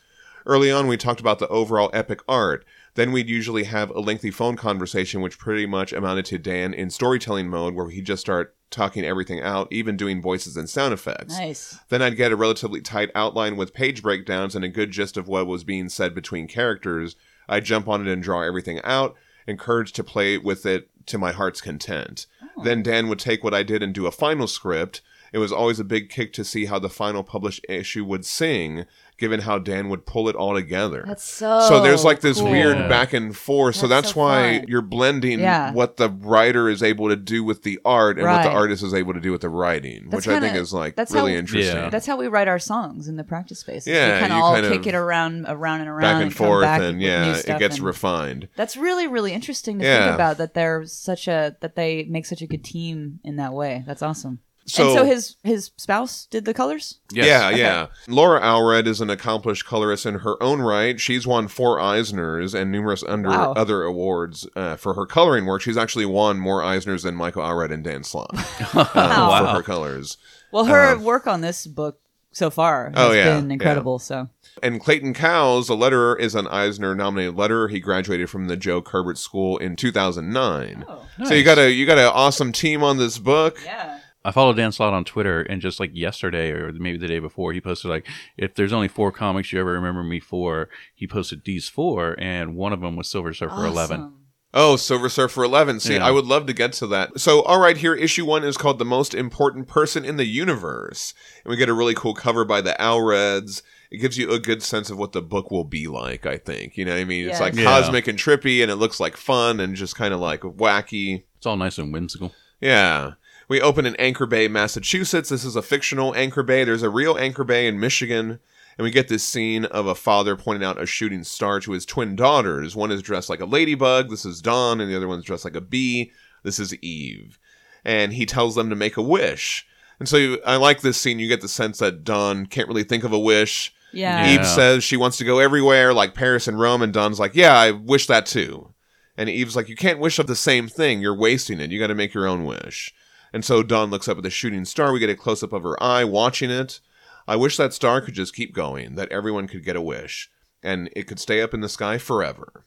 Early on, we talked about the overall epic art. Then we'd usually have a lengthy phone conversation, which pretty much amounted to Dan in storytelling mode, where he'd just start talking everything out, even doing voices and sound effects.
Nice.
Then I'd get a relatively tight outline with page breakdowns and a good gist of what was being said between characters. I'd jump on it and draw everything out, encouraged to play with it to my heart's content.
Oh.
Then Dan would take what I did and do a final script. It was always a big kick to see how the final published issue would sing, given how Dan would pull it all together.
That's so.
so there's like this
cool.
weird
Yeah.
back and forth. so
That's
that's
so
why
fun.
you're blending
Yeah.
what the writer is able to do with the art and what the
Right.
artist is able to do with the writing,
That's
which I think
kinda-
is like
that's
really
how-
interesting.
Yeah.
That's how we write our songs in the practice space.
Yeah,
we kind of
you
all
kind
kick
of
it around, around and around,
back and
come
forth
back
and
with new
yeah it
stuff
gets
and-
refined
That's really, really interesting to
Yeah.
think about. That they're such a that they make such a good team in that way. That's awesome.
so,
and so his his spouse did the colors.
Yes.
yeah yeah laura alred is an accomplished colorist in her own right she's won four eisners and numerous under
Wow.
other awards uh, for her coloring work she's actually won more eisners than michael alred and dan slott uh,
Wow.
for her colors
Well, her work on this book so far has
Uh, Oh, yeah,
been
yeah.
incredible. So
And Clayton Cowles, a letterer, is an Eisner nominated letterer. He graduated from the Joe Herbert School in 2009. So you
nice.
got a you got an awesome team on this book.
yeah,
I followed Dan Slott on Twitter, and just like yesterday or maybe the day before, he posted like, "If there's only four comics you ever remember me for," he posted these four, and one of them was Silver Surfer Eleven.
Oh, Silver Surfer 11. See,
Yeah.
I would love to get to that. So, all right, here, issue one is called The Most Important Person in the Universe. And we get a really cool cover by the Alreds. It gives you a good sense of what the book will be like, I think. You know what I mean? It's
Yes.
like
Yeah.
cosmic and trippy, and it looks like fun and just kind of like wacky.
It's all nice and whimsical.
Yeah. We open in Anchor Bay, Massachusetts. This is a fictional Anchor Bay. There's a real Anchor Bay in Michigan. And we get this scene of a father pointing out a shooting star to his twin daughters. One is dressed like a ladybug. This is Dawn. And the other one's dressed like a bee. This is Eve. And he tells them to make a wish. And so you- I like this scene. You get the sense that Dawn can't really think of a wish.
Yeah.
Yeah.
Eve says she wants to go everywhere, like Paris and Rome, and Don's like, Yeah, I wish that too. And Eve's like, You can't wish up the same thing. You're wasting it. You got to make your own wish. And so Don looks up at the shooting star. We get a close up of her eye watching it. I wish that star could just keep going, that everyone could get a wish, and it could stay up in the sky forever.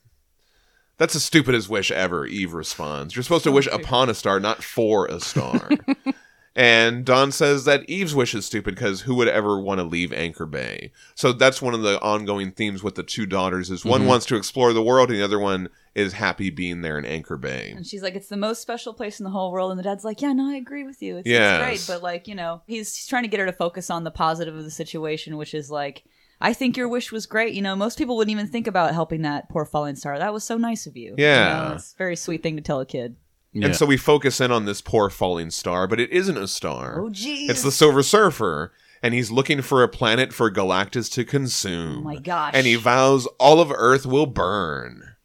That's the stupidest wish ever, Eve responds. You're supposed to wish upon a star, not for a star. And Don says that Eve's wish is stupid because who would ever want to leave Anchor Bay? So that's one of the ongoing themes with the two daughters is
Mm-hmm.
one wants to explore the world and the other one is happy being there in Anchor Bay.
And she's like, "It's the most special place in the whole world." And the dad's like, "Yeah, no, I agree with you. It's,
Yes.
it's great, but like, you know, he's, he's trying to get her to focus on the positive of the situation, which is like." I think your wish was great. You know, most people wouldn't even think about helping that poor falling star. That was so nice of you. You
Yeah.
know, it's a very sweet thing to tell a kid.
Yeah.
And so we focus in on this poor falling star, but it isn't a star.
Oh, geez.
It's the Silver Surfer, and he's looking for a planet for Galactus to consume.
Oh my gosh.
And he vows all of Earth will burn.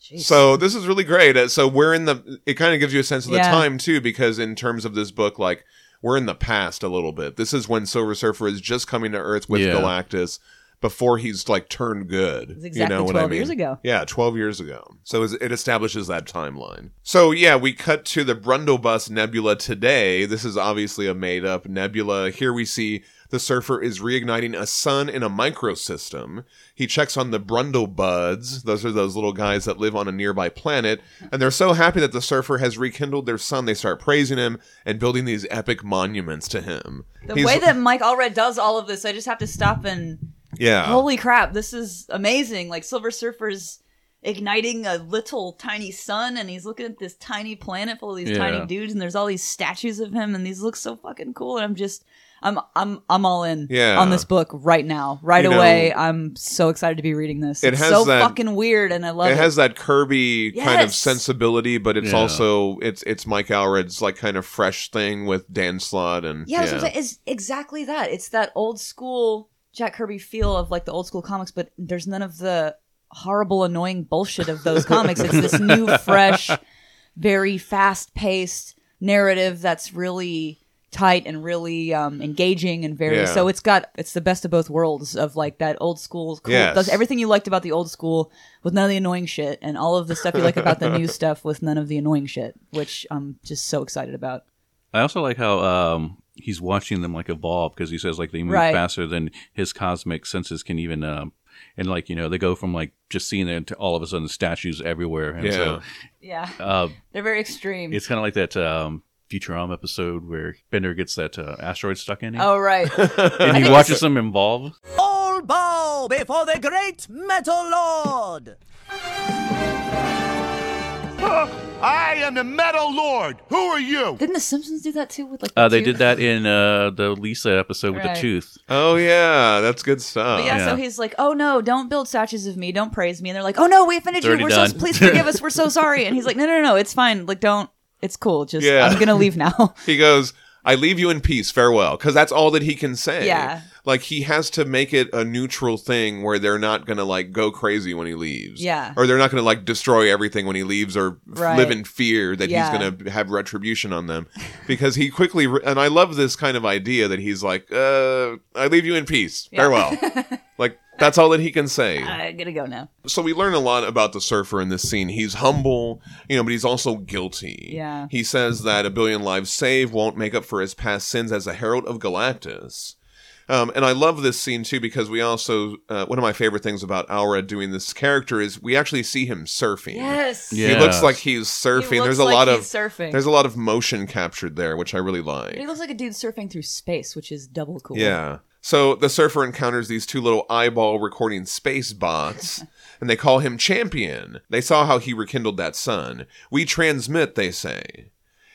Jeez.
So this is really great. Uh, So we're in the. It kind of gives you a sense of the
Yeah.
time too, because in terms of this book, like we're in the past a little bit. This is when Silver Surfer is just coming to Earth with
Yeah.
Galactus before he's like turned good.
It's exactly
you know what
12
I mean?
years ago.
Yeah, 12 years ago. So is- it establishes that timeline. So yeah, we cut to the Brundlebus Nebula today. This is obviously a made up nebula. Here we see the surfer is reigniting a sun in a microsystem. He checks on the Brundlebuds. Those are those little guys that live on a nearby planet. And they're so happy that the surfer has rekindled their sun, they start praising him and building these epic monuments to him.
The
He's-
way that Mike Allred does all of this, I just have to stop and
Yeah.
holy crap, this is amazing. Like Silver Surfer's igniting a little tiny sun and he's looking at this tiny planet full of these
Yeah.
tiny dudes and there's all these statues of him and these look so fucking cool and I'm just I'm I'm I'm all in
Yeah.
on this book right now. Right
You know,
away. I'm so excited to be reading this.
it
it's
has
so
that-
fucking weird and I love it.
it has that Kirby kind of
Yes.
sensibility, but it's
Yeah.
also it's it's Mike Alred's like kind of fresh thing with Dan Slott and
Yeah, that's what I'm saying. It's exactly that. It's that old school Jack Kirby feel of like the old school comics, but there's none of the horrible, annoying bullshit of those comics. It's this new, fresh, very fast paced narrative that's really tight and really um, engaging and very
Yeah.
so it's got it's the best of both worlds of like that old school cool,
Yes.
does everything you liked about the old school with none of the annoying shit and all of the stuff you like about the new stuff with none of the annoying shit which i'm just so excited about
I also like how um, he's watching them like evolve because he says like they move
Right.
faster than his cosmic senses can even um and like you know they go from like just seeing it to all of a sudden statues everywhere. And so
Yeah,
uh,
they're very extreme.
it's kind of like that um, Futurama episode where Bender gets that uh, asteroid stuck in him,
oh right.
and he watches them involve.
All bow before the great Metal Lord!
I am the Metal Lord. Who are you?
Didn't the Simpsons do that too with like?
Uh,
the
they did
tooth?
that in uh, the Lisa episode with
Right.
the tooth.
Oh yeah, that's good stuff.
But yeah, so
Yeah.
he's like, "Oh no, don't build statues of me. Don't praise me." And they're like, "Oh no, we offended
It's
you.
already
We're so
done."
please forgive us. We're so sorry." And he's like, "No, no, no, no. It's fine. Like, don't. It's cool. Just
Yeah.
I'm gonna leave now."
He goes, "I leave you in peace, farewell," because that's all that he can say.
Yeah.
like he has to make it a neutral thing where they're not gonna like go crazy when he leaves.
Yeah.
or they're not gonna like destroy everything when he leaves or f-
Right.
live in fear that
Yeah.
he's gonna have retribution on them, because he quickly re- and I love this kind of idea that he's like, uh, "I leave you in peace,
Yeah.
farewell," like. That's all that he can say.
I'm gonna go now.
So we learn a lot about the surfer in this scene. He's humble, you know, but he's also guilty.
Yeah.
He says that a billion lives saved won't make up for his past sins as a herald of Galactus. Um, and I love this scene too because we also uh, one of my favorite things about Aura doing this character is we actually see him surfing.
Yes.
Yeah.
He looks like he's
He
surfing.
looks
there's a
like
lot
he's
of
surfing.
there's a lot of motion captured there, which I really like.
But he looks like a dude surfing through space, which is double cool.
Yeah. So the surfer encounters these two little eyeball recording space bots, and they call him champion. They saw how he rekindled that sun. We transmit, they say.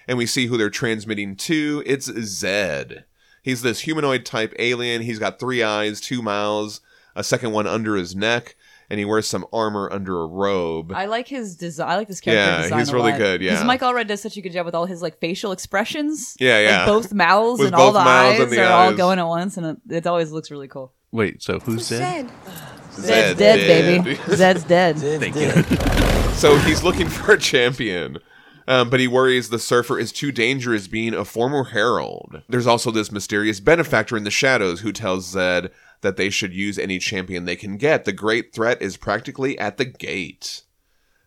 And we see who they're transmitting to. It's Zed. He's this humanoid type alien. He's got three eyes, two mouths, a second one under his neck, and he wears some armor under a robe.
I like his design. I like this character
Yeah,
design.
he's
a
really
lot.
good, yeah.
because Mike Allred does such a good job with all his like facial expressions.
Yeah,
Like,
yeah.
both mouths
With
and all
both
the
mouths
eyes
and the
are all
eyes.
going at once, and it, it always looks really cool.
Wait, so who's that?
Zed's dead, baby. Zed's dead.
Thank you.
So he's looking for a champion. Um, but he worries the surfer is too dangerous being a former herald. There's also this mysterious benefactor in the shadows who tells Zed that they should use any champion they can get. The great threat is practically at the gate.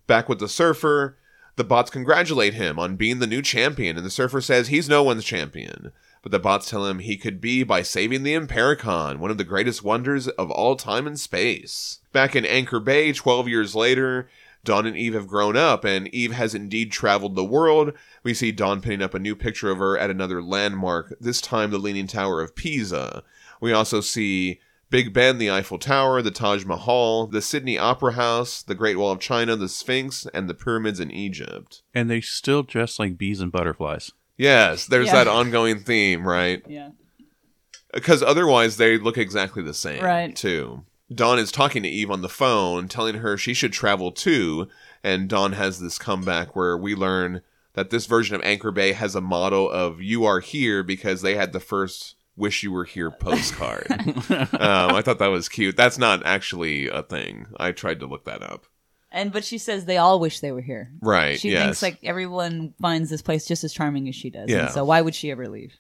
Back with the surfer, the bots congratulate him on being the new champion, and the surfer says he's no one's champion. But the bots tell him he could be by saving the Impericon, one of the greatest wonders of all time and space. Back in Anchor Bay, 12 years later, Dawn and Eve have grown up, and Eve has indeed traveled the world. We see Dawn pinning up a new picture of her at another landmark, this time the Leaning Tower of Pisa. We also see Big Ben, the Eiffel Tower, the Taj Mahal, the Sydney Opera House, the Great Wall of China, the Sphinx, and the pyramids in Egypt.
And they still dress like bees and butterflies.
Yes, there's
Yeah.
that ongoing theme, right?
Yeah.
Because otherwise, they look exactly the same,
Right.
Too. Dawn is talking to Eve on the phone, telling her she should travel too. And Dawn has this comeback where we learn that this version of Anchor Bay has a motto of "You are here" because they had the first "Wish You Were Here" postcard. um, I thought that was cute. That's not actually a thing. I tried to look that up.
And but she says they all wish they were here.
Right.
She
yes.
thinks like everyone finds this place just as charming as she does.
Yeah.
And so why would she ever leave?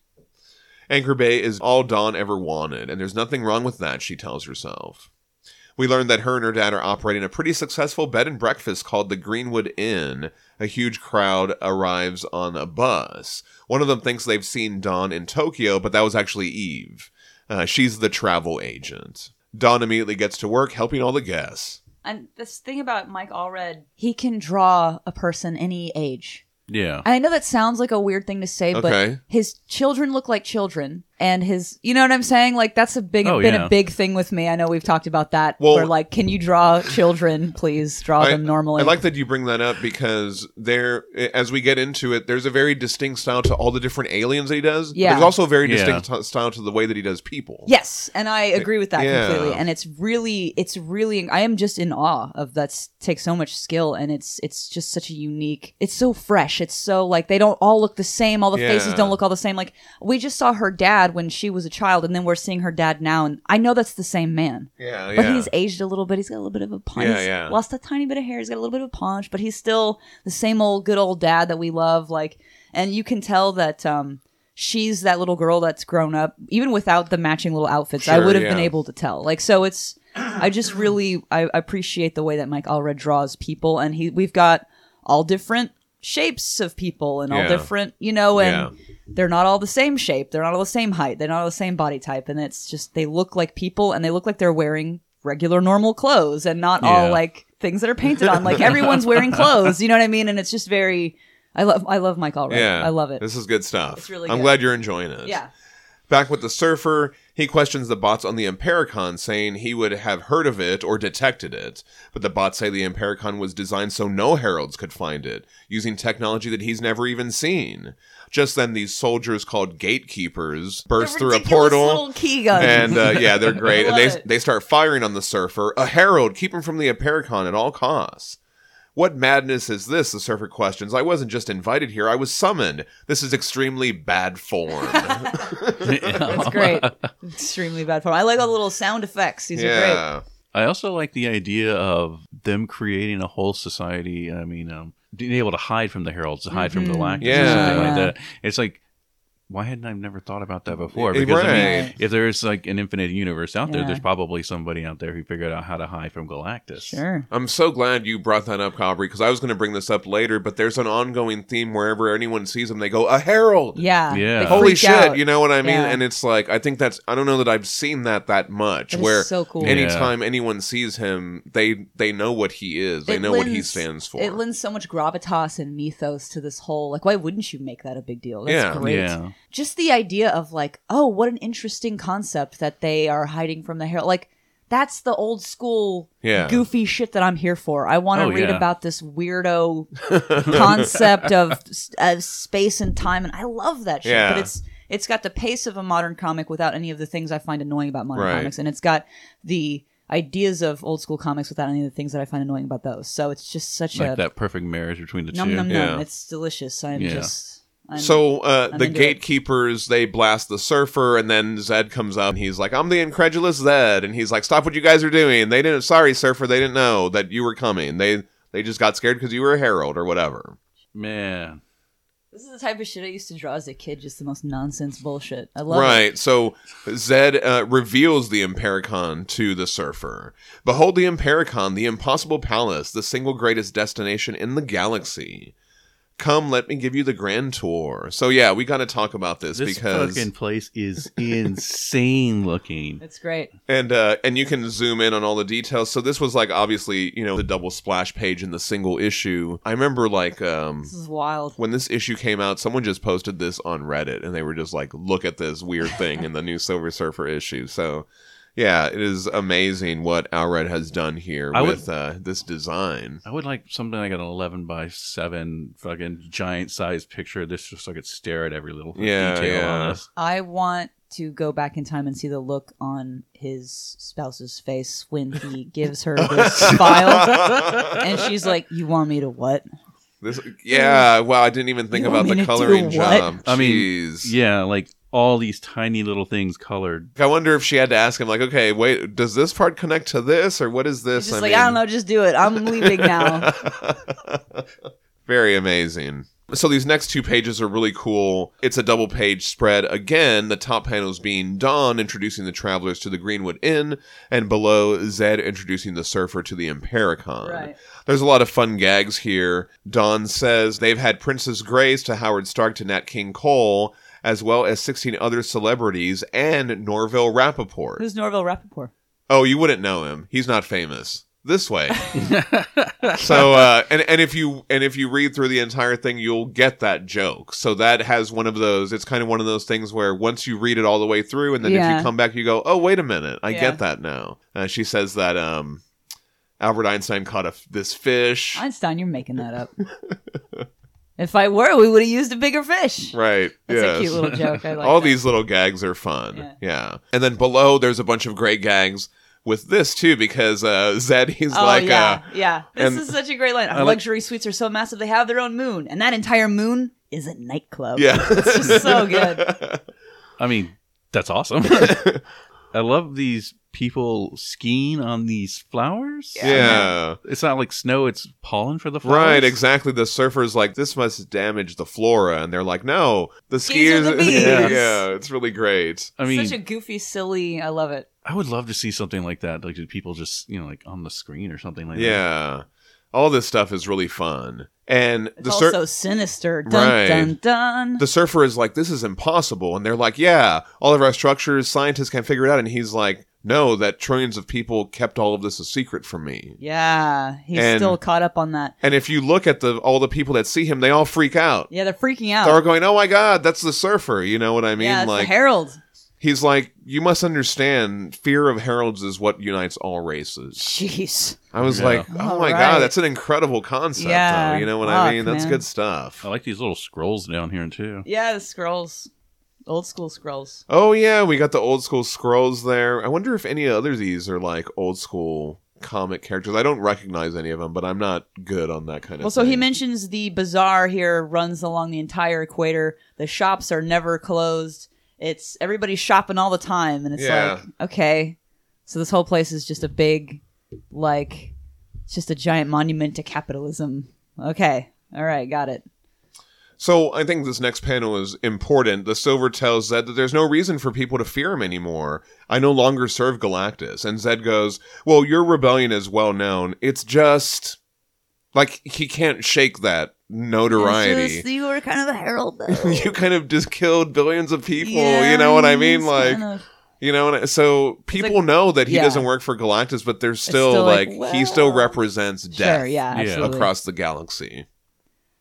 Anchor Bay is all Dawn ever wanted, and there's nothing wrong with that, she tells herself. We learn that her and her dad are operating a pretty successful bed and breakfast called the Greenwood Inn. A huge crowd arrives on a bus. One of them thinks they've seen Dawn in Tokyo, but that was actually Eve. Uh, she's the travel agent. Dawn immediately gets to work helping all the guests.
And this thing about Mike Allred, he can draw a person any age.
Yeah.
I know that sounds like a weird thing to say, but
Okay.
his children look like children, and his, you know what I'm saying? Like that's a big
Oh,
been
yeah.
a big thing with me. I know we've talked about that.
Well-
where like, can you draw children? Please draw them normally.
I like that you bring that up because there, as we get into it, there's a very distinct style to all the different aliens that he does. but
Yeah.
There's also a very
Yeah.
distinct t- style to the way that he does people.
Yes, and I agree with that
Yeah.
completely. And it's really, it's really, I am just in awe of that. s- Takes so much skill, and it's, it's just such a unique. It's so fresh. It's so like they don't all look the same. All the faces
Yeah.
don't look all the same. Like we just saw her dad when she was a child, and then we're seeing her dad now, and I know that's the same man.
Yeah.
But
yeah.
he's aged a little bit. He's got a little bit of a punch.
Yeah,
He's
yeah.
Lost a tiny bit of hair. He's got a little bit of a punch, but he's still the same old good old dad that we love. Like, and you can tell that um, she's that little girl that's grown up, even without the matching little outfits. I
Sure,
would have
yeah.
been able to tell. Like, so it's. I just really I appreciate the way that Mike Allred draws people, and he we've got all different shapes of people and all
Yeah.
different, you know, and
Yeah.
they're not all the same shape. They're not all the same height. They're not all the same body type. And it's just, they look like people and they look like they're wearing regular normal clothes and not all
Yeah.
like things that are painted on. Like everyone's wearing clothes, you know what I mean? And it's just very. I love I love Mike Allred.
Yeah.
I love it.
This is good stuff.
It's really
I'm
good.
glad you're enjoying it.
Yeah.
Back with the surfer, he questions the bots on the Impericon, saying he would have heard of it or detected it. But the bots say the Impericon was designed so no heralds could find it, using technology that he's never even seen. Just then, these soldiers called gatekeepers burst
The
through a
ridiculous
portal.
Little key guns.
and uh, yeah, they're great. and
Love
they
it.
they start firing on the surfer. A herald, keep him from the Impericon at all costs. What madness is this? The surfer questions. I wasn't just invited here; I was summoned. This is extremely bad form.
That's great. Extremely bad form. I like all the little sound effects. These are
yeah,
I also like the idea of them creating a whole society. I mean, um, being able to hide from the heralds, to hide from
Mhm.
Galactus,
Yeah.
or something like
Yeah.
that. It's like, why hadn't I never thought about that before?
Eh,
Because I mean,
right.
if there's like an infinite universe out there,
Yeah.
there's probably somebody out there who figured out how to hide from Galactus.
great. Sure.
I'm so glad you brought that up, Cobry, because I was going to bring this up later. But there's an ongoing theme wherever anyone sees him, they go a herald.
Yeah.
Yeah.
They
Holy
freak
shit!
out.
You know what I mean?
Yeah.
And it's like I think that's I don't know that I've seen that that much.
That is
where
so cool.
anytime anyone sees him, they they know what he is. They
It
know what he
lends-
stands for.
It lends so much gravitas and mythos to this whole like why wouldn't you make that a big deal? That's
Yeah.
great.
Yeah.
Just the idea of like, oh, what an interesting concept that they are hiding from the hair. Like that's the old school
Yeah.
goofy shit that I'm here for. I want to
Oh,
read
yeah.
about this weirdo concept of, s- of space and time and I love that shit,
Yeah.
but it's it's got the pace of a modern comic without any of the things I find annoying about modern
Right.
comics and it's got the ideas of old school comics without any of the things that I find annoying about those. So it's just such a
Like that perfect marriage between the
Num
two.
num
Yeah.
num. It's delicious. I'm
Yeah.
just I'm,
so uh,
I'm
the
into it.
gatekeepers they blast the surfer, and then Zed comes up and he's like, "I'm the incredulous Zed," and he's like, "Stop what you guys are doing! They didn't. Sorry, surfer, they didn't know that you were coming. They they just got scared because you were a herald or whatever."
Man.
This is the type of shit I used to draw as a kid. Just the most nonsense bullshit. I love it.
right. So Zed uh, reveals the Impericon to the surfer. Behold the Impericon, the impossible palace, the single greatest destination in the galaxy. Come, let me give you the grand tour. So yeah, we got to talk about this,
This
because
fucking place is insane looking.
It's great.
and uh, and you can zoom in on all the details. So this was like obviously you know the double splash page in the single issue. I remember like um,
This is wild.
when this issue came out, someone just posted this on Reddit and they were just like, look at this weird thing in the new Silver Surfer issue. So, yeah, it is amazing what Alred has done here
I would-
with uh, this design.
I would like something like an eleven by seven fucking giant size picture of this, just so I could stare at every little
Yeah,
detail
yeah.
on this.
I want to go back in time and see the look on his spouse's face when he gives her this file, and she's like, "You want me to what?"
This, yeah, wow, I didn't even think
You
about
want me
the
to do
coloring
what?
job.
I mean,
Jeez.
Yeah, like all these tiny little things colored.
I wonder if she had to ask him, like, okay, wait, does this part connect to this or what is
He's
this?
just like, "I don't know. Just do it. I'm leaving now."
Very amazing. So these next two pages are really cool. It's a double page spread again, the top panels being Dawn introducing the travelers to the Greenwood Inn, and below Zed introducing the surfer to the Impericon.
Right.
There's a lot of fun gags here. Dawn says they've had Princess Grace to Howard Stark to Nat King Cole, as well as 16 other celebrities and Norville Rappaport.
Who's Norville Rappaport?
Oh, you wouldn't know him. He's not famous. This way. so uh and, and if you and if you read through the entire thing, you'll get that joke. So that has one of those it's kind of one of those things where once you read it all the way through and then if
Yeah.
you come back you go, "Oh, wait a minute. I
Yeah.
get that now." Uh, she says that um Albert Einstein caught a f this fish.
Einstein, you're making that up. if I were, we would have used a bigger fish.
right.
That's
yes.
a cute little joke. I like
all
that.
these little gags are fun. Yeah.
Yeah.
And then below there's a bunch of great gags with this too because uh Zed he's
Oh
like uh
yeah, yeah. This
and-
is such a great line. Our
like-
luxury suites are so massive they have their own moon, and that entire moon is a nightclub.
Yeah.
it's just so good.
I mean, that's awesome. I love these people skiing on these flowers.
Yeah.
It's not like snow; it's pollen for the flowers.
Right, exactly. The surfer's like, this must damage the flora. And they're like, no, the
These
skiers.
are the bees.
yeah, yeah, it's really great.
I mean,
such a goofy, silly. I love it.
I would love to see something like that. Like people just, you know, like on the screen or something like that.
Yeah. All this stuff is really fun. And
It's
the,
also
sur-
sinister. Dun
Right.
dun dun.
the surfer is like, this is impossible. And they're like, yeah, all of our structures, scientists can't figure it out. And he's like, no, that trillions of people kept all of this a secret from me.
Yeah, he's
And-
still caught up on that.
And if you look at the all the people that see him, they all freak out.
Yeah, they're freaking
They're all
out.
going, "Oh my god, that's the surfer." You know what I mean?
yeah, it's
like
the Herald.
he's like, "You must understand, fear of heralds is what unites all races."
Jeez.
I was
Yeah.
like, "Oh
All
my
right.
god, that's an incredible concept."
Yeah,
though. You know what I
fuck,
mean? That's
man.
good stuff.
I like these little scrolls down here too.
Yeah, the scrolls. Old school scrolls.
Oh yeah, we got the old school scrolls there. I wonder if any other of these are like old school comic characters. I don't recognize any of them, but I'm not good on that kind of.
Well, so he
thing.
mentions the bazaar here runs along the entire equator. The shops are never closed. It's everybody's shopping all the time, and it's
Yeah.
like, okay, so this whole place is just a big, like, it's just a giant monument to capitalism. Okay, all right, got it.
So I think this next panel is important. The Silver tells Zed that there's no reason for people to fear him anymore. I no longer serve Galactus. And Zed goes, Well, your rebellion is well known. It's just like he can't shake that notoriety.
It's just- you were kind of a herald, though.
you kind of just killed billions of people.
Yeah,
you know what I mean?
it's
Like,
kind of-
you know, and so people know that he
yeah.
doesn't work for Galactus, but they're still,
still
like,
like,
he still
well,
represents death
sure, yeah,
Yeah.
absolutely.
across the galaxy.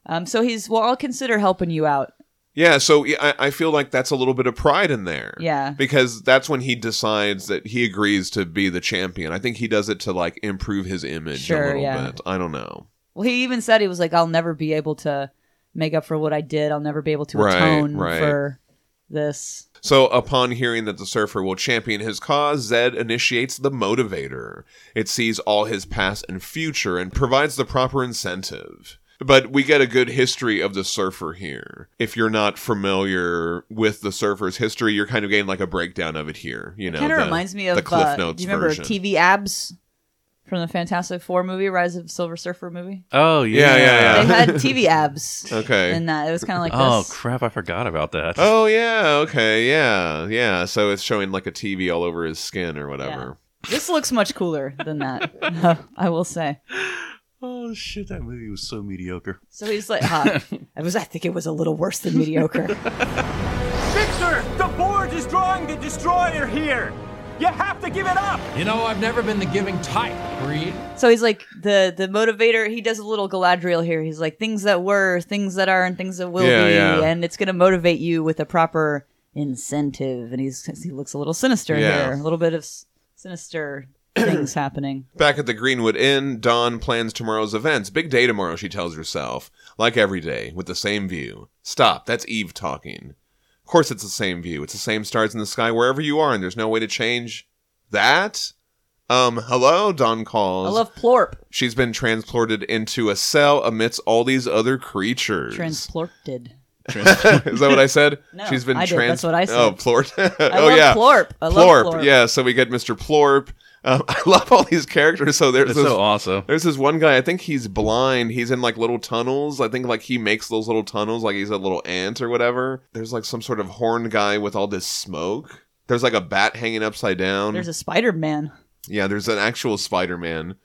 Um, so he's well. I'll consider helping you out.
Yeah, so I, I feel like that's a little bit of pride in there.
Yeah.
Because that's when he decides that he agrees to be the champion. I think he does it to like improve his image a
Sure,
little
yeah.
bit. I don't know.
Well, he even said he was like, "I'll never be able to make up for what I did. I'll never be able to
Right,
atone
right.
for this."
So upon hearing that the surfer will champion his cause, Zed initiates the motivator. It sees all his past and future and provides the proper incentive. But we get a good history of the surfer here. If you're not familiar with the surfer's history, you're kind of getting like a breakdown of it here. You know,
kind of
the-
reminds me of
the Cliff
uh,
Notes
do you remember
version.
TV Abs from the Fantastic Four movie, Rise of Silver Surfer movie?
Oh
Yeah,
yeah,
yeah, yeah.
They had TV Abs
Okay.
in that. It was kind of like
Oh
this.
crap! I forgot about that.
Oh yeah, okay, yeah, yeah. So it's showing like a TV all over his skin or whatever.
This looks much cooler than that. I will say.
oh shit! That movie was so mediocre.
So he's like, huh. I was. I think it was a little worse than mediocre.
Fixer, the board is drawing the destroyer here. You have to give it up.
You know, I've never been the giving type, Reed.
So he's like the the motivator. He does a little Galadriel here. He's like things that were, things that are, and things that will
Yeah,
be,
yeah.
and it's going to motivate you with a proper incentive. And he's he looks a little sinister
Yeah.
here, a little bit of s- sinister things happening.
Back at the Greenwood Inn, Dawn plans tomorrow's events. Big day tomorrow, she tells herself, like every day, with the same view. Stop, that's Eve talking. Of course, it's the same view. It's the same stars in the sky wherever you are, and there's no way to change that. Um, hello, Dawn calls.
I love plorp
She's been transported into a cell amidst all these other creatures.
transplorted.
Is that what I said?
No,
She's been
I did.
trans.
That's what I said.
Oh, Plort.
I
oh
love
yeah,
plorp. I
Plorp.
love plorp.
Yeah, so we get Mr. Plorp. Um, I love all these characters. So there's
That's
this,
so awesome.
there's this one guy. I think he's blind. He's in like little tunnels. I think like he makes those little tunnels, like he's a little ant or whatever. There's like some sort of horned guy with all this smoke. There's like a bat hanging upside down.
There's a Spider Man.
yeah, there's an actual Spider Man.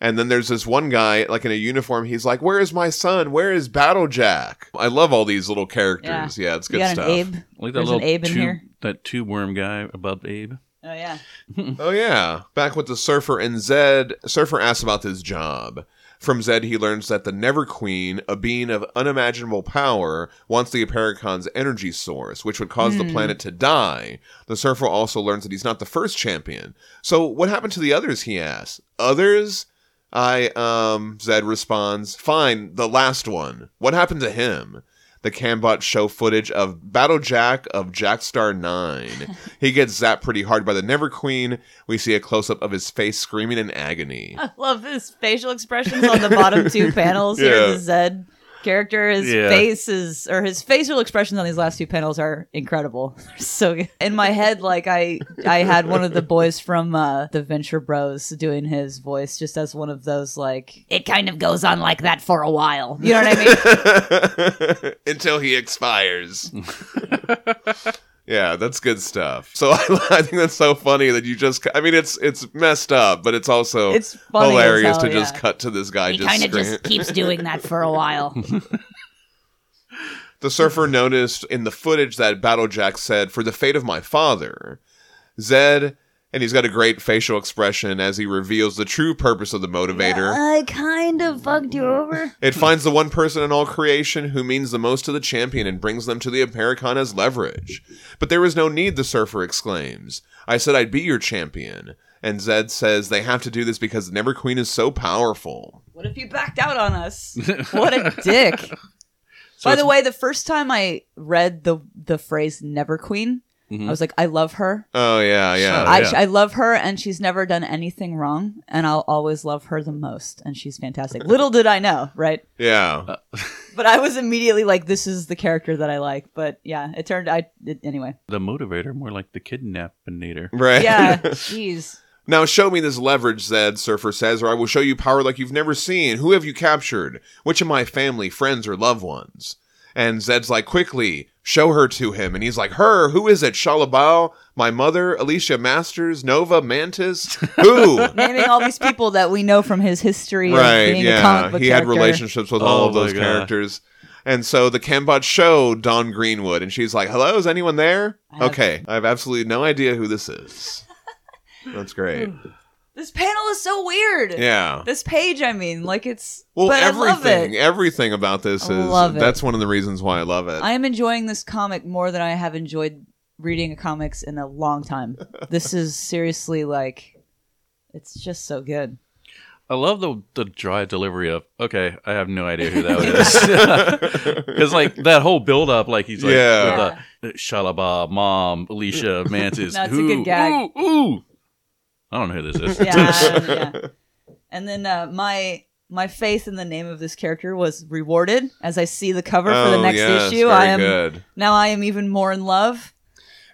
And then there's this one guy, like in a uniform. He's like, "Where is my son? Where is Battlejack?" I love all these little characters. Yeah, it's
You
good
got
stuff.
an Abe.
Like that
There's
little
an Abe in
tube-
here.
that tube worm guy above Abe.
Oh yeah.
Oh yeah, back with the surfer and Zed. Surfer asks about his job. From Zed, he learns that the Never Queen, a being of unimaginable power, wants the Apericon's energy source, which would cause the planet to die. The surfer also learns that he's not the first champion. So, what happened to the others? He asks. Others? I um. Zed responds. Fine, the last one. What happened to him? The Cambot show footage of Battle Jack of Jackstar 9. he gets zapped pretty hard by the Never Queen. We see a close up of his face screaming in agony.
I love his facial expressions on the bottom two panels
Yeah.
here. The Zed character, his
Yeah.
face is, or his facial expressions on these last two panels are incredible. so good. in my head, like I, I had one of the boys from uh, the Venture Bros doing his voice, just as one of those like it kind of goes on like that for a while. You know what I mean?
Until he expires. yeah, that's good stuff. So I, I think that's so funny that you just I mean it's it's messed up, but it's also
It's funny as
Oh, hilarious
hell,
to just
yeah.
cut to this guy
he
just
kind of
screaming.
just keeps doing that for a while.
The
Mm-hmm.
surfer noticed in the footage that Battlejack said, For the fate of my father. Zed and he's got a great facial expression as he reveals the true purpose of the motivator.
I kind of fucked you over.
It finds the one person in all creation who means the most to the champion and brings them to the Americon as leverage. But there is no need, the surfer exclaims. I said I'd be your champion. And Zed says they have to do this because Never Queen is so powerful.
What if you backed out on us? what a dick. By the way, the first time I read the the phrase "never queen," I was like, "I love her.
Mm-hmm. Oh, yeah, yeah.
Oh,
I,
yeah.
I love her, and she's never done anything wrong, and I'll always love her the most, and she's fantastic." Little did I know, right?
Yeah.
But I was immediately like, "This is the character that I like." But yeah, it turned. I it, anyway.
The motivator, more like the kidnappinator.
Right.
Yeah, jeez.
Now show me this leverage, Zed, Surfer says, or I will show you power like you've never seen. Who have you captured? Which of my family, friends, or loved ones? And Zed's like, quickly, show her to him. And he's like, her? Who is it? Shalabao? My mother? Alicia Masters? Nova? Mantis? Who?
Naming all these people that we know from his history of
right,
being a comic
yeah.
book
He had
character.
relationships with
Oh
all of
my
those
God.
characters. And so the Cambot showed Don Greenwood, and she's like, hello, is anyone there?
I have-
okay, I have absolutely no idea who this is. That's great.
This panel is so weird.
Yeah.
This page, I mean, like it's.
Well,
but I love
everything,
it.
everything about this
I
is
love it.
that's one of the reasons why I love it.
I am enjoying this comic more than I have enjoyed reading comics in a long time. this is seriously like, it's just so good.
I love the the dry delivery of okay, I have no idea who that is because like that whole build up, like he's like
Yeah.
with the Shalaba, mom, Alicia, Mantis,
That's a
who,
good gag.
Ooh, ooh. I don't know who this is.
Yeah, yeah. And then uh, my my faith in the name of this character was rewarded as I see the cover for the
Oh,
next
yes,
issue.
very
I am
good.
now I am even more in love.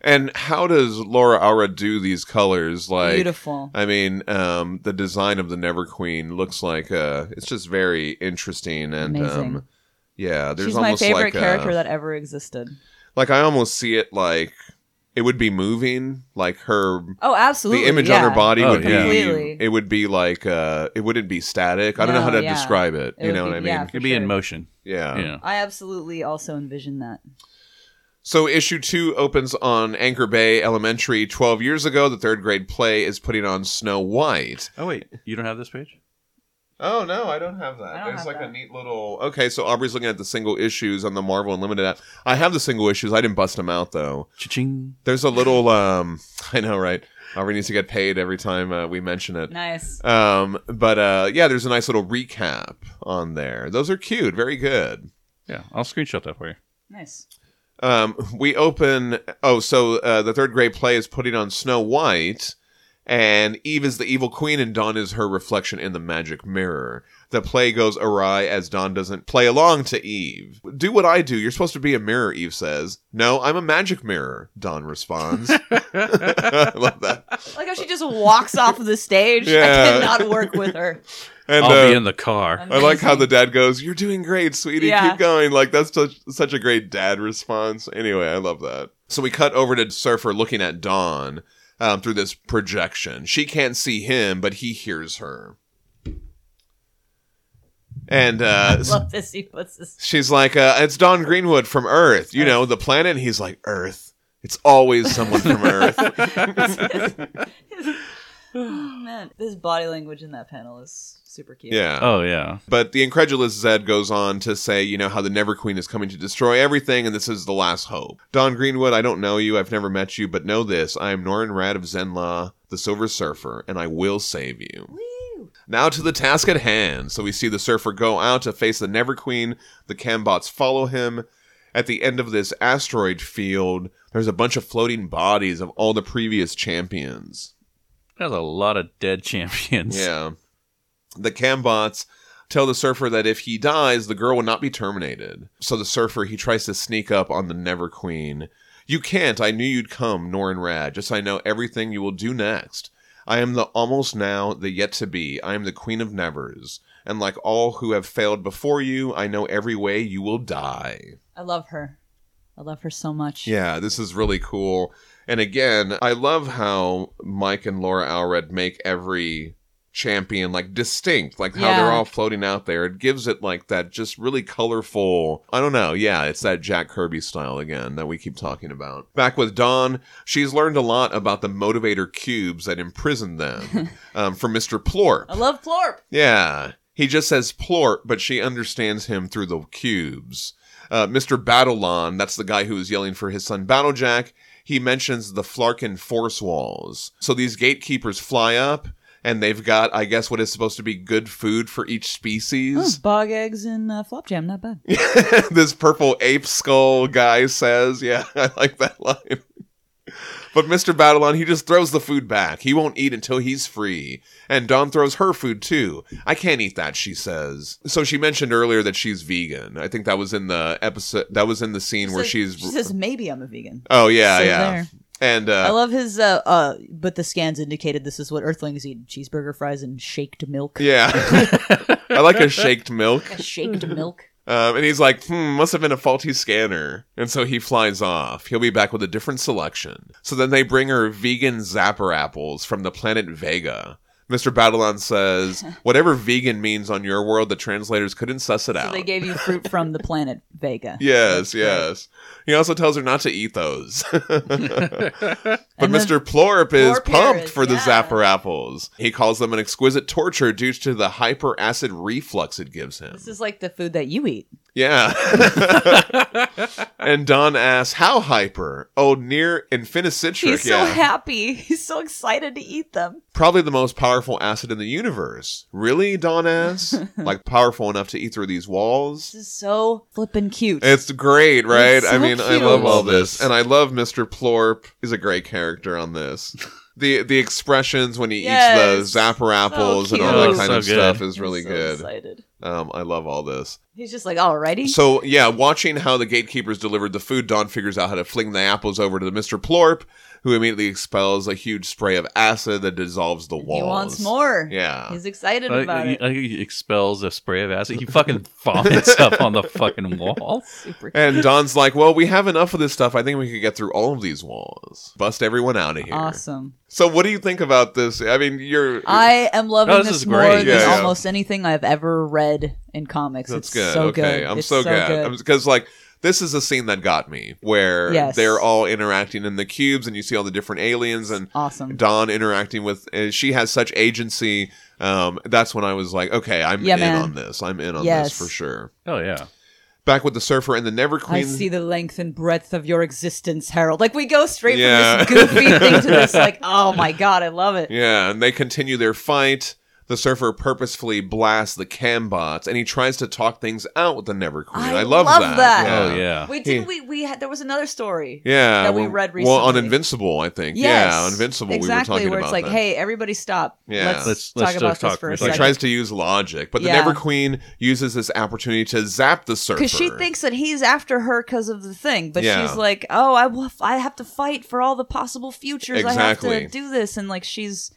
And how does Laura Ara do these colors? Like uh,
Beautiful.
I mean, um, the design of the Never Queen looks like uh, it's just very interesting and
Amazing.
um, yeah. There's
She's my
almost like
favorite character
uh,
that ever existed.
like I almost see it like it would be moving, like her
Oh, absolutely.
the image on
yeah.
her body
Oh,
would
yeah.
Completely.
be it would be like uh, it wouldn't be static. I don't know
No,
how to
Oh, yeah.
describe it.
It
you
would
know
be-
what I mean?
yeah.
Could be
Sure.
in motion.
Oh.
Yeah.
I absolutely also envision that.
So issue two opens on Anchor Bay Elementary. Twelve years ago, the third grade play is putting on Snow White.
Oh wait, you don't have this page?
Oh no, I don't have that.
I don't
There's
have
like a
that.
neat little. Okay, so Aubrey's looking at the single issues on the Marvel Unlimited app. I have the single issues. I didn't bust them out though.
Cha-ching.
There's a little. um I know, right? Aubrey needs to get paid every time uh, we mention it.
Nice.
Um, but uh, yeah, there's a nice little recap on there. Those are cute. Very good.
Yeah, I'll screenshot that for you.
Nice.
um, we open. Oh, so uh, the third grade play is putting on Snow White, and Eve is the evil queen, and Dawn is her reflection in the magic mirror. The play goes awry as Dawn doesn't play along to Eve. Do what I do. You're supposed to be a mirror, Eve says. No, I'm a magic mirror, Dawn responds. I love that.
Like how she just walks off of the stage.
Yeah.
I cannot work with her.
And,
I'll be
uh,
in the car.
I like how the dad goes, "You're doing great, sweetie.
Yeah.
Keep going." Like that's such, such a great dad response. Anyway, I love that. So we cut over to Surfer looking at Dawn um, through this projection. She can't see him, but he hears her. And uh,
Love this. He puts this.
she's like, uh, "It's Dawn Greenwood from Earth. You know the planet." And he's like, "Earth. It's always someone from Earth."
Man, this body language in that panel is super cute.
Yeah.
Oh yeah.
But the incredulous Zed goes on to say, you know, how the Never Queen is coming to destroy everything, and this is the last hope. Don Greenwood, I don't know you, I've never met you, but know this: I am Norrin Rad of Zenla, the Silver Surfer, and I will save you. Now to the task at hand. So we see the Surfer go out to face the Never Queen. The Cambots follow him. At the end of this asteroid field, there's a bunch of floating bodies of all the previous champions.
There's a lot of dead champions.
Yeah. The Cambots tell the surfer that if he dies, the girl will not be terminated. So the surfer, he tries to sneak up on the Never Queen. You can't. I knew you'd come, Norin Rad. Just I know everything you will do next. I am the almost now, the yet to be. I am the queen of nevers. And like all who have failed before you, I know every way you will die.
I love her. I love her so much.
Yeah, this is really cool. And again, I love how Mike and Laura Alred make every champion like distinct like how
Yeah.
they're all floating out there it gives it like that just really colorful i don't know yeah it's that jack kirby style again that we keep talking about back with dawn she's learned a lot about the motivator cubes that imprison them um, from mr plorp
I love Plorp.
yeah. He just says plort, but she understands him through the cubes. Uh, Mr. Battlelon, that's the guy who was yelling for his son Battlejack, he mentions the Flarkin force walls. So these gatekeepers fly up, and they've got, I guess, what is supposed to be good food for each
Oh,
species.
bog eggs and uh, flop jam, not bad.
this purple ape skull guy says, Yeah, I like that line. But Mr. Battlelon, he just throws the food back. He won't eat until he's free. And Dawn throws her food too. I can't eat that, she says. So she mentioned earlier that she's vegan. I think that was in the episode. That was in the scene where
She says-
she's.
she says maybe I'm a vegan.
oh yeah,
So
yeah.
there.
And uh,
I love his. Uh, uh, but the scans indicated this is what Earthlings eat: cheeseburger fries and shaked milk.
yeah, I like a shaked milk.
Shaked milk.
Um, and he's like, hmm, must have been a faulty scanner. And so he flies off. He'll be back with a different selection. So then they bring her vegan zapper apples from the planet Vega. Mr. Battleon says, whatever vegan means on your world, the translators couldn't suss it
So
out.
they gave you fruit from the planet Vega.
yes, yes. He also tells her not to eat those. But
And then-
Mr. Plorp is
Plorp here
pumped
is-
for the
yeah.
zapper apples. He calls them an exquisite torture due to the hyperacid reflux it gives him.
This is like the food that you eat.
Yeah. and Don asks, how hyper? Oh, near infinicitric.
He's
yeah.
so happy. He's so excited to eat them.
Probably the most powerful acid in the universe. Really, Don asks? like, powerful enough to eat through these walls?
This is so flippin' cute.
It's great, right?
It's so
I mean, I
cute.
love all
Love
this.
this.
And I love Mr. Plorp is a great character on this. The the expressions when he eats
Yes.
the zapper apples and all
cute.
that kind
Oh,
of
so good.
stuff is
He's
really
so
good.
Excited.
Um, I love all this.
He's just like, alrighty.
So yeah, watching how the gatekeepers delivered the food, Don figures out how to fling the apples over to Mr. Plorp, who immediately expels a huge spray of acid that dissolves the walls.
he wants more.
Yeah.
He's excited
Like,
about
he,
it.
like, he expels a spray of acid. He fucking vomits up on the fucking wall.
Super.
And Don's like, "Well, we have enough of this stuff. I think we could get through all of these walls. Bust everyone out of here."
Awesome.
So, what do you think about this? I mean, you're
I am loving
Oh,
this,
this is
more
great.
than
Yeah, yeah.
almost anything I've ever read in comics.
That's
it's
good.
so
okay,
good.
I'm
It's
so, glad because like this is a scene that got me where
Yes.
they're all interacting in the cubes, and you see all the different aliens, and
Awesome.
Dawn interacting with, uh, she has such agency. Um, that's when I was like, okay, I'm
Yeah,
in
man.
on this. I'm in on
Yes.
this for sure.
Oh yeah.
Back with the surfer and the Never
I
Queen.
see the length and breadth of your existence, Harold. Like we go straight
Yeah.
from this goofy thing to this, like, oh my god, I love it.
yeah, and they continue their fight. The surfer purposefully blasts the cambots, and he tries to talk things out with the Never Queen. I, love, that.
Oh, yeah.
We did. We we had there was another story.
Yeah,
That we
well-
read
Well, on
recently.
Invincible, I think.
Yes,
yeah, on Invincible,
Exactly,
we were talking
where
about
it's like,
that.
hey, everybody, stop.
Yeah.
Let's,
Let's-
talk
let's
about
just
this
talk
for
for
a
a
he
second.
second.
tries to use logic, but the
Yeah.
Never Queen uses this opportunity to zap the surfer
Because she thinks that he's after her because of the thing, but
Yeah.
she's like, "Oh, I, wa- I have to fight for all the possible futures. I
Exactly.
have to do this," and like she's.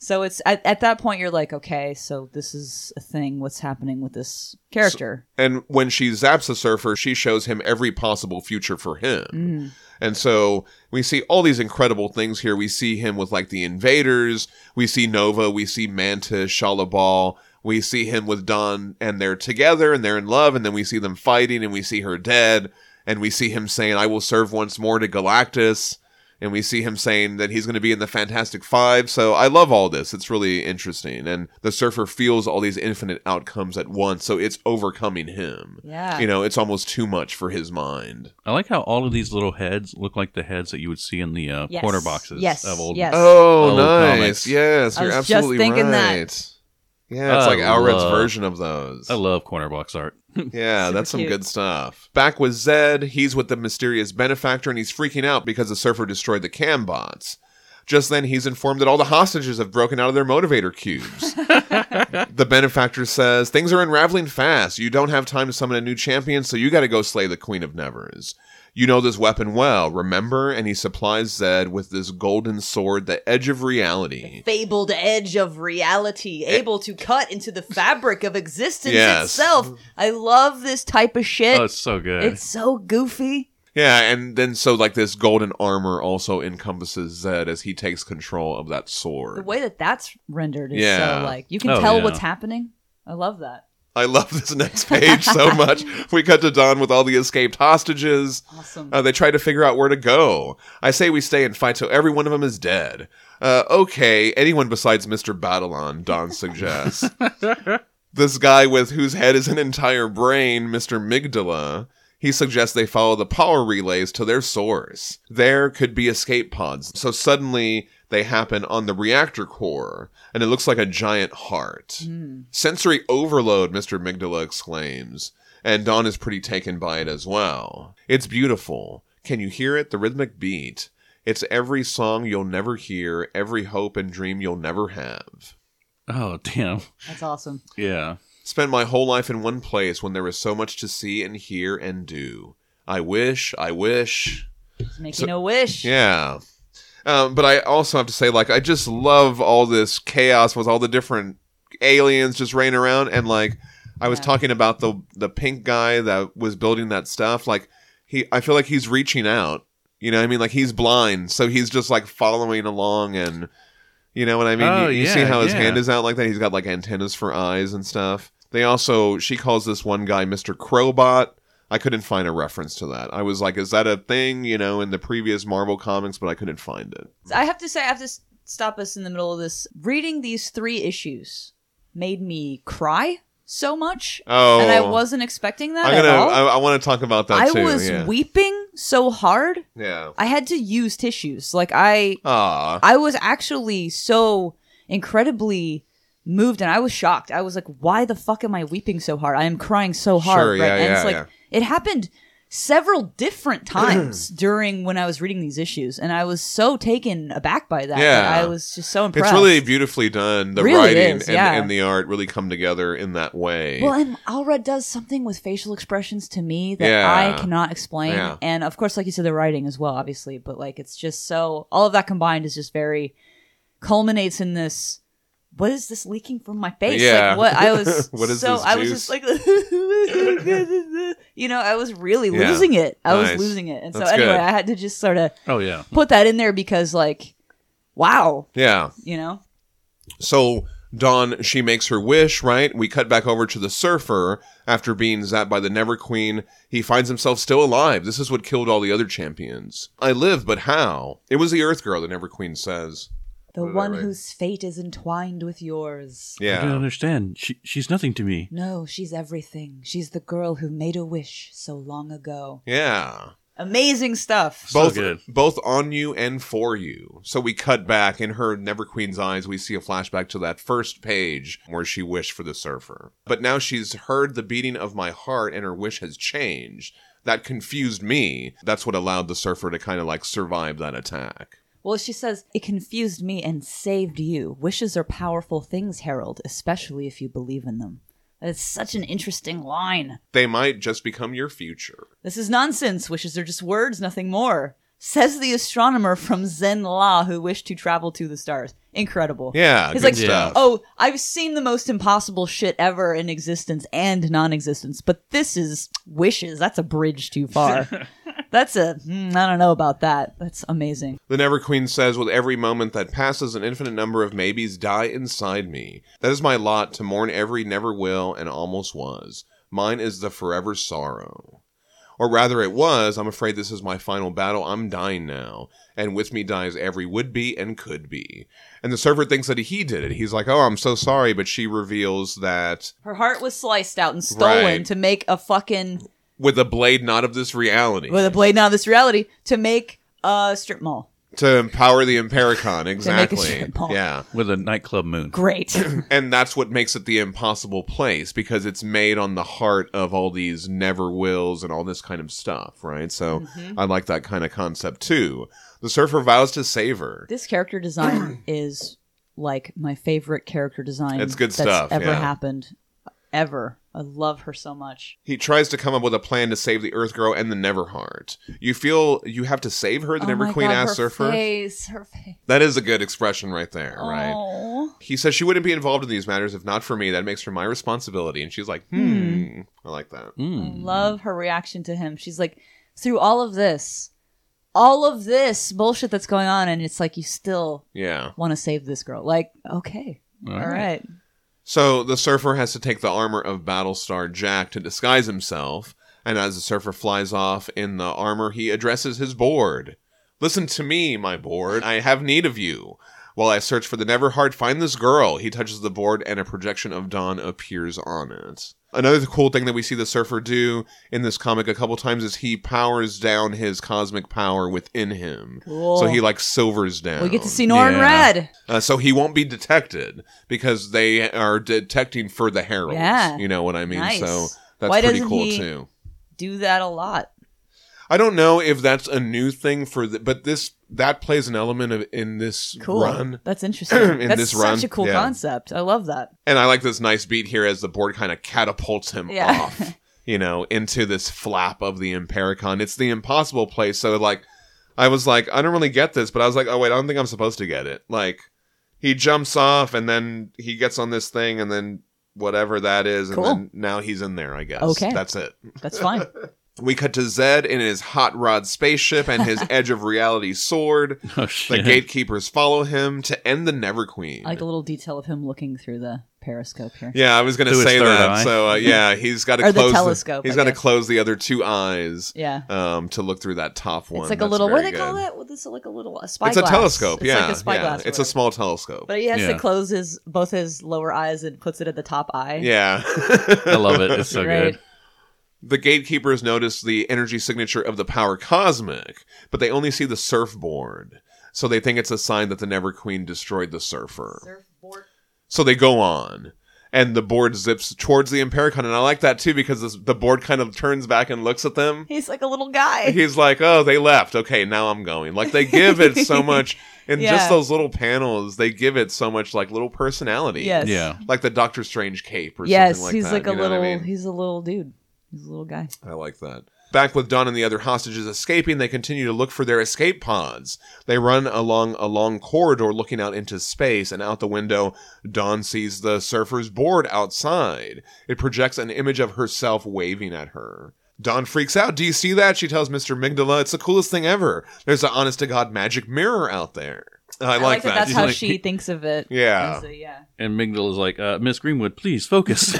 So it's at, at that point you're like, okay, so this is a thing. What's happening with this character?
And when she zaps the surfer, she shows him every possible future for him.
Mm,
And so we see all these incredible things here. We see him with like the invaders, we see Nova, we see Mantis, Shalabal, we see him with Don, and they're together and they're in love, and then we see them fighting, and we see her dead, and we see him saying, I will serve once more to Galactus. And we see him saying that he's going to be in the Fantastic Five. So I love all this. It's really interesting. And the surfer feels all these infinite outcomes at once. So it's overcoming him.
Yeah.
You know, it's almost too much for his mind.
I like how all of these little heads look like the heads that you would see in the uh,
Yes.
corner boxes
Yes.
of old.
Yes.
Oh,
old
nice.
comics.
Yes,
I
you're
was just
absolutely
thinking that.
right. Yeah, it's
I
like Alred's
love-
version of those.
I love corner box art.
Yeah, that's some
cute.
good stuff. Back with Zed, he's with the mysterious benefactor and he's freaking out because the surfer destroyed the cam bots. Just then, he's informed that all the hostages have broken out of their motivator cubes. the benefactor says, Things are unraveling fast. You don't have time to summon a new champion, so you got to go slay the Queen of Nevers. You know this weapon well, remember? And he supplies Zed with this golden sword, the edge of reality.
Fabled edge of reality, able to cut into the fabric of existence
Eh. Yes.
itself. I love this type of shit.
Oh, it's so good.
it's so goofy.
Yeah, and then so like this golden armor also encompasses Zed as he takes control of that
The
sword.
way that that's rendered is
Yeah.
so like you can
Oh,
tell
yeah.
what's happening. I love that.
I love this next page so much. We cut to Dawn with all the escaped hostages.
Awesome.
Uh, they try to figure out where to go. I say we stay and fight till every one of them is dead. Uh, okay, anyone besides Mr. Battleon, Don suggests. this guy with whose head is an entire brain, Mr. Migdala, he suggests they follow the power relays to their source. There could be escape pods. So suddenly they happen on the reactor core, and it looks like a giant heart. Sensory overload, Mr. Migdala exclaims, and Dawn is pretty taken by it as well. It's beautiful. Can you hear it? The rhythmic beat. It's every song you'll never hear, every hope and dream you'll never have.
Oh, damn.
That's awesome.
Yeah.
Spent my whole life in one place when there was so much to see and hear and do. I wish, I wish.
It's making a wish.
Yeah. Um, but I also have to say, like, I just love all this chaos with all the different aliens just raining around. And like, I was
Yeah.
talking about the the pink guy that was building that stuff. Like, he, I feel like he's reaching out. You know, what I mean, like he's blind, so he's just like following along, and you know what I mean.
Oh,
you you see
yeah,
how his
yeah.
hand is out like that. He's got like antennas for eyes and stuff. They also, she calls this one guy Mister Crowbot. I couldn't find a reference to that. I was like, is that a thing, you know, in the previous Marvel comics, but I couldn't find it.
So I have to say, I have to s- stop us in the middle of this. Reading these three issues made me cry so much,
Oh.
and I wasn't expecting that
I'm
at
gonna
all.
I, I wanna talk about that
I
too.
was
yeah.
weeping so hard.
Yeah.
I had to use tissues. Like I
Aw.
I was actually so incredibly moved and I was shocked. I was like, why the fuck am I weeping so hard? I am crying so hard.
Sure, yeah,
right? and it's
yeah,
like
yeah.
it happened several different times during when I was reading these issues and I was so taken aback by that.
Yeah.
that I was just so
It's
impressed.
really beautifully done. The
Really
writing
is,
and,
yeah.
and the art really come together in that way.
well, and Alred does something with facial expressions to me that
Yeah.
I cannot explain.
Yeah.
And of course, like you said, the writing as well, obviously, but like it's just so all of that combined is just very culminates in this. What is this leaking from my face?
Yeah.
Like what I was
What is
so
this
I was
juice?
just like you know, I was really
Yeah.
losing it. I
Nice.
was losing it. And so
That's
anyway,
good.
I had to just sort of
Oh, yeah.
put that in there because like wow,
yeah.
you know.
So Dawn, she makes her wish, right? We cut back over to the surfer after being zapped by the Never Queen. He finds himself still alive. This is what killed all the other champions. I live, but how? It was the Earth Girl, the Never Queen says.
The
Put it that
one
way.
whose fate is entwined with yours.
I don't
Yeah.
understand. She, she's nothing to me.
No, she's everything. She's the girl who made a wish so long ago.
Yeah.
Amazing stuff.
So
both
good.
both on you and for you. So we cut back in her Never Queen's eyes. We see a flashback to that first page where she wished for the surfer. But now she's heard the beating of my heart and her wish has changed. That confused me. That's what allowed the surfer to kind of like survive that attack.
Well, she says, it confused me and saved you. Wishes are powerful things, Harold, especially if you believe in them. That's such an interesting line.
They might just become your future.
This is nonsense. Wishes are just words, nothing more. Says the astronomer from Zen La who wished to travel to the stars. Incredible.
Yeah,
He's
Ah, good
like,
stuff.
oh, I've seen the most impossible shit ever in existence and non existence, but this is wishes. That's a bridge too far. That's a, mm, I don't know about that. That's amazing.
The Never Queen says, With every moment that passes, an infinite number of maybes die inside me. That is my lot to mourn every never will and almost was. Mine is the forever sorrow. Or rather, it was. I'm afraid this is my final battle. I'm dying now. And with me dies every would be and could be. And the server thinks that he did it. He's like, Oh, I'm so sorry. But she reveals that
Her heart was sliced out and stolen
Right.
to make a fucking,
with a blade not of this reality,
with a blade now this reality, to make a strip mall.
to empower the Impericon. Exactly.
strip mall.
Yeah.
With a nightclub moon.
Great.
and that's what makes it the impossible place because it's made on the heart of all these never wills and all this kind of stuff, right? So
Mm-hmm.
I like that kind of concept too. The surfer vows to save her.
this character design is like my favorite character design
It's good
that's
stuff,
ever
yeah.
happened. Ever. I love her so much.
He tries to come up with a plan to save the Earth Girl and the Neverheart. You feel you have to save her, the
Oh
Never
my
Queen
God,
ass
her
surfer.
Face, Oh. her face.
That is a good expression right there, right?
Aw.
He says she wouldn't be involved in these matters if not for me. That makes her my responsibility. And she's like, hmm. I like that.
I love her reaction to him. She's like, through all of this, all of this bullshit that's going on, and it's like you still
Yeah.
want to save this girl. Like, okay, all right.
So the surfer has to take the armor of Battlestar Jack to disguise himself, and as the surfer flies off in the armor, he addresses his board. Listen to me, my board. I have need of you. While I search for the Neverheart, find this girl. He touches the board, and a projection of dawn appears on it. Another cool thing that we see the surfer do in this comic a couple times is he powers down his cosmic power within him. So
Cool.
he like silvers down.
We get to see Nora in
Yeah.
red.
Uh, so he won't be detected because they are detecting for the heralds.
Yeah.
You know what I mean?
Nice.
So that's
Why
pretty
doesn't
cool
he-
too.
Do that a lot.
I don't know if that's a new thing for the, but this that plays an element of in this
Cool.
run.
That's interesting.
In
That's
this
such
run,
a cool
yeah.
concept. I love that.
And I like this nice beat here as the board kind of catapults him
Yeah.
off, you know, into this flap of the Impericon. It's the impossible place. So, like, I was like, I don't really get this, but I was like, oh, wait, I don't think I'm supposed to get it. Like, he jumps off and then he gets on this thing and then whatever that is. And
Cool.
then now he's in there, I guess.
Okay.
That's it.
That's fine.
We cut to Zed in his hot rod spaceship and his edge of reality sword.
Oh
The
shit!
gatekeepers follow him to end the Never Queen.
I like the little detail of him looking through the periscope here.
Yeah, I was gonna
Through his
say
third
that.
eye.
So uh, yeah, he's got to
Or the
close
telescope,
he's
I
got to
guess.
close the other two eyes.
Yeah.
Um, to look through that top one.
It's like a
That's
little. What do
very
they call
good.
that? Well, this is like a little a
It's
spyglass.
a telescope.
It's
yeah,
like a spyglass.
yeah. It's a small telescope.
But he has to
Yeah.
close his both his lower eyes and puts it at the top eye.
yeah.
I love it. It's so
Right.
good.
the gatekeepers notice the energy signature of the power cosmic, but they only see the surfboard. So they think it's a sign that the Never Queen destroyed the surfer. So they go on. And the board zips towards the Impericon. And I like that too because this, the board kind of turns back and looks at them.
He's like a little guy.
he's like, "Oh, they left. Okay, now I'm going." Like they give it so much in just
Yeah.
those little panels. They give it so much like little personality.
Yes.
Yeah.
Like the Doctor Strange cape or
Yes,
something like
he's
that.
like a
you know what
little.
I, mean?
He's a little dude. He's a little guy.
I like that. Back with Don and the other hostages escaping, they continue to look for their escape pods. They run along a long corridor looking out into space, and out the window, Don sees the surfer's board outside. It projects an image of herself waving at her. Don freaks out. Do you see that? She tells Mr. Migdala, it's the coolest thing ever. There's an honest to God magic mirror out there. I,
I like that. That's
He's
how
like-
she thinks of it.
Yeah.
So, yeah.
And Migdal is like, uh, Miss Greenwood, please focus.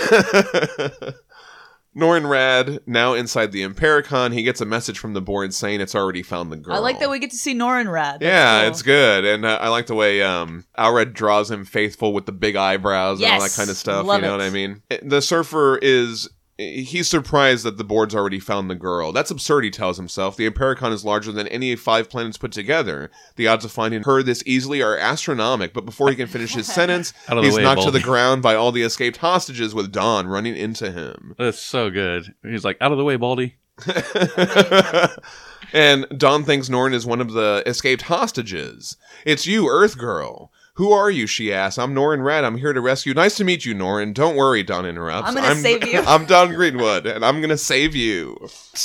Norin Rad, now inside the Impericon, he gets a message from the board saying it's already found the girl.
I like that we get to see Norin Rad. That's
Yeah,
cool.
it's good, and uh, I like the way um, Alred draws him faithful with the big eyebrows and all that
Yes,
kind of stuff.
love
you know
it.
what I mean? The surfer is. He's surprised that the board's already found the girl. That's absurd, he tells himself. The Impericon is larger than any five planets put together. The odds of finding her this easily are astronomic, but before he can finish his sentence,
Out of the
he's
way,
knocked to
Baldy.
the ground by all the escaped hostages with Don running into him.
That's so good. He's like, out of the way, Baldy.
and Don thinks Norn is one of the escaped hostages. It's you, Earth Girl. Who are you? She asks. I'm Norrin Red. I'm here to rescue. Nice to meet you, Norrin. Don't worry, Don interrupts.
I'm gonna save you."
I'm Don Greenwood, and I'm gonna save you.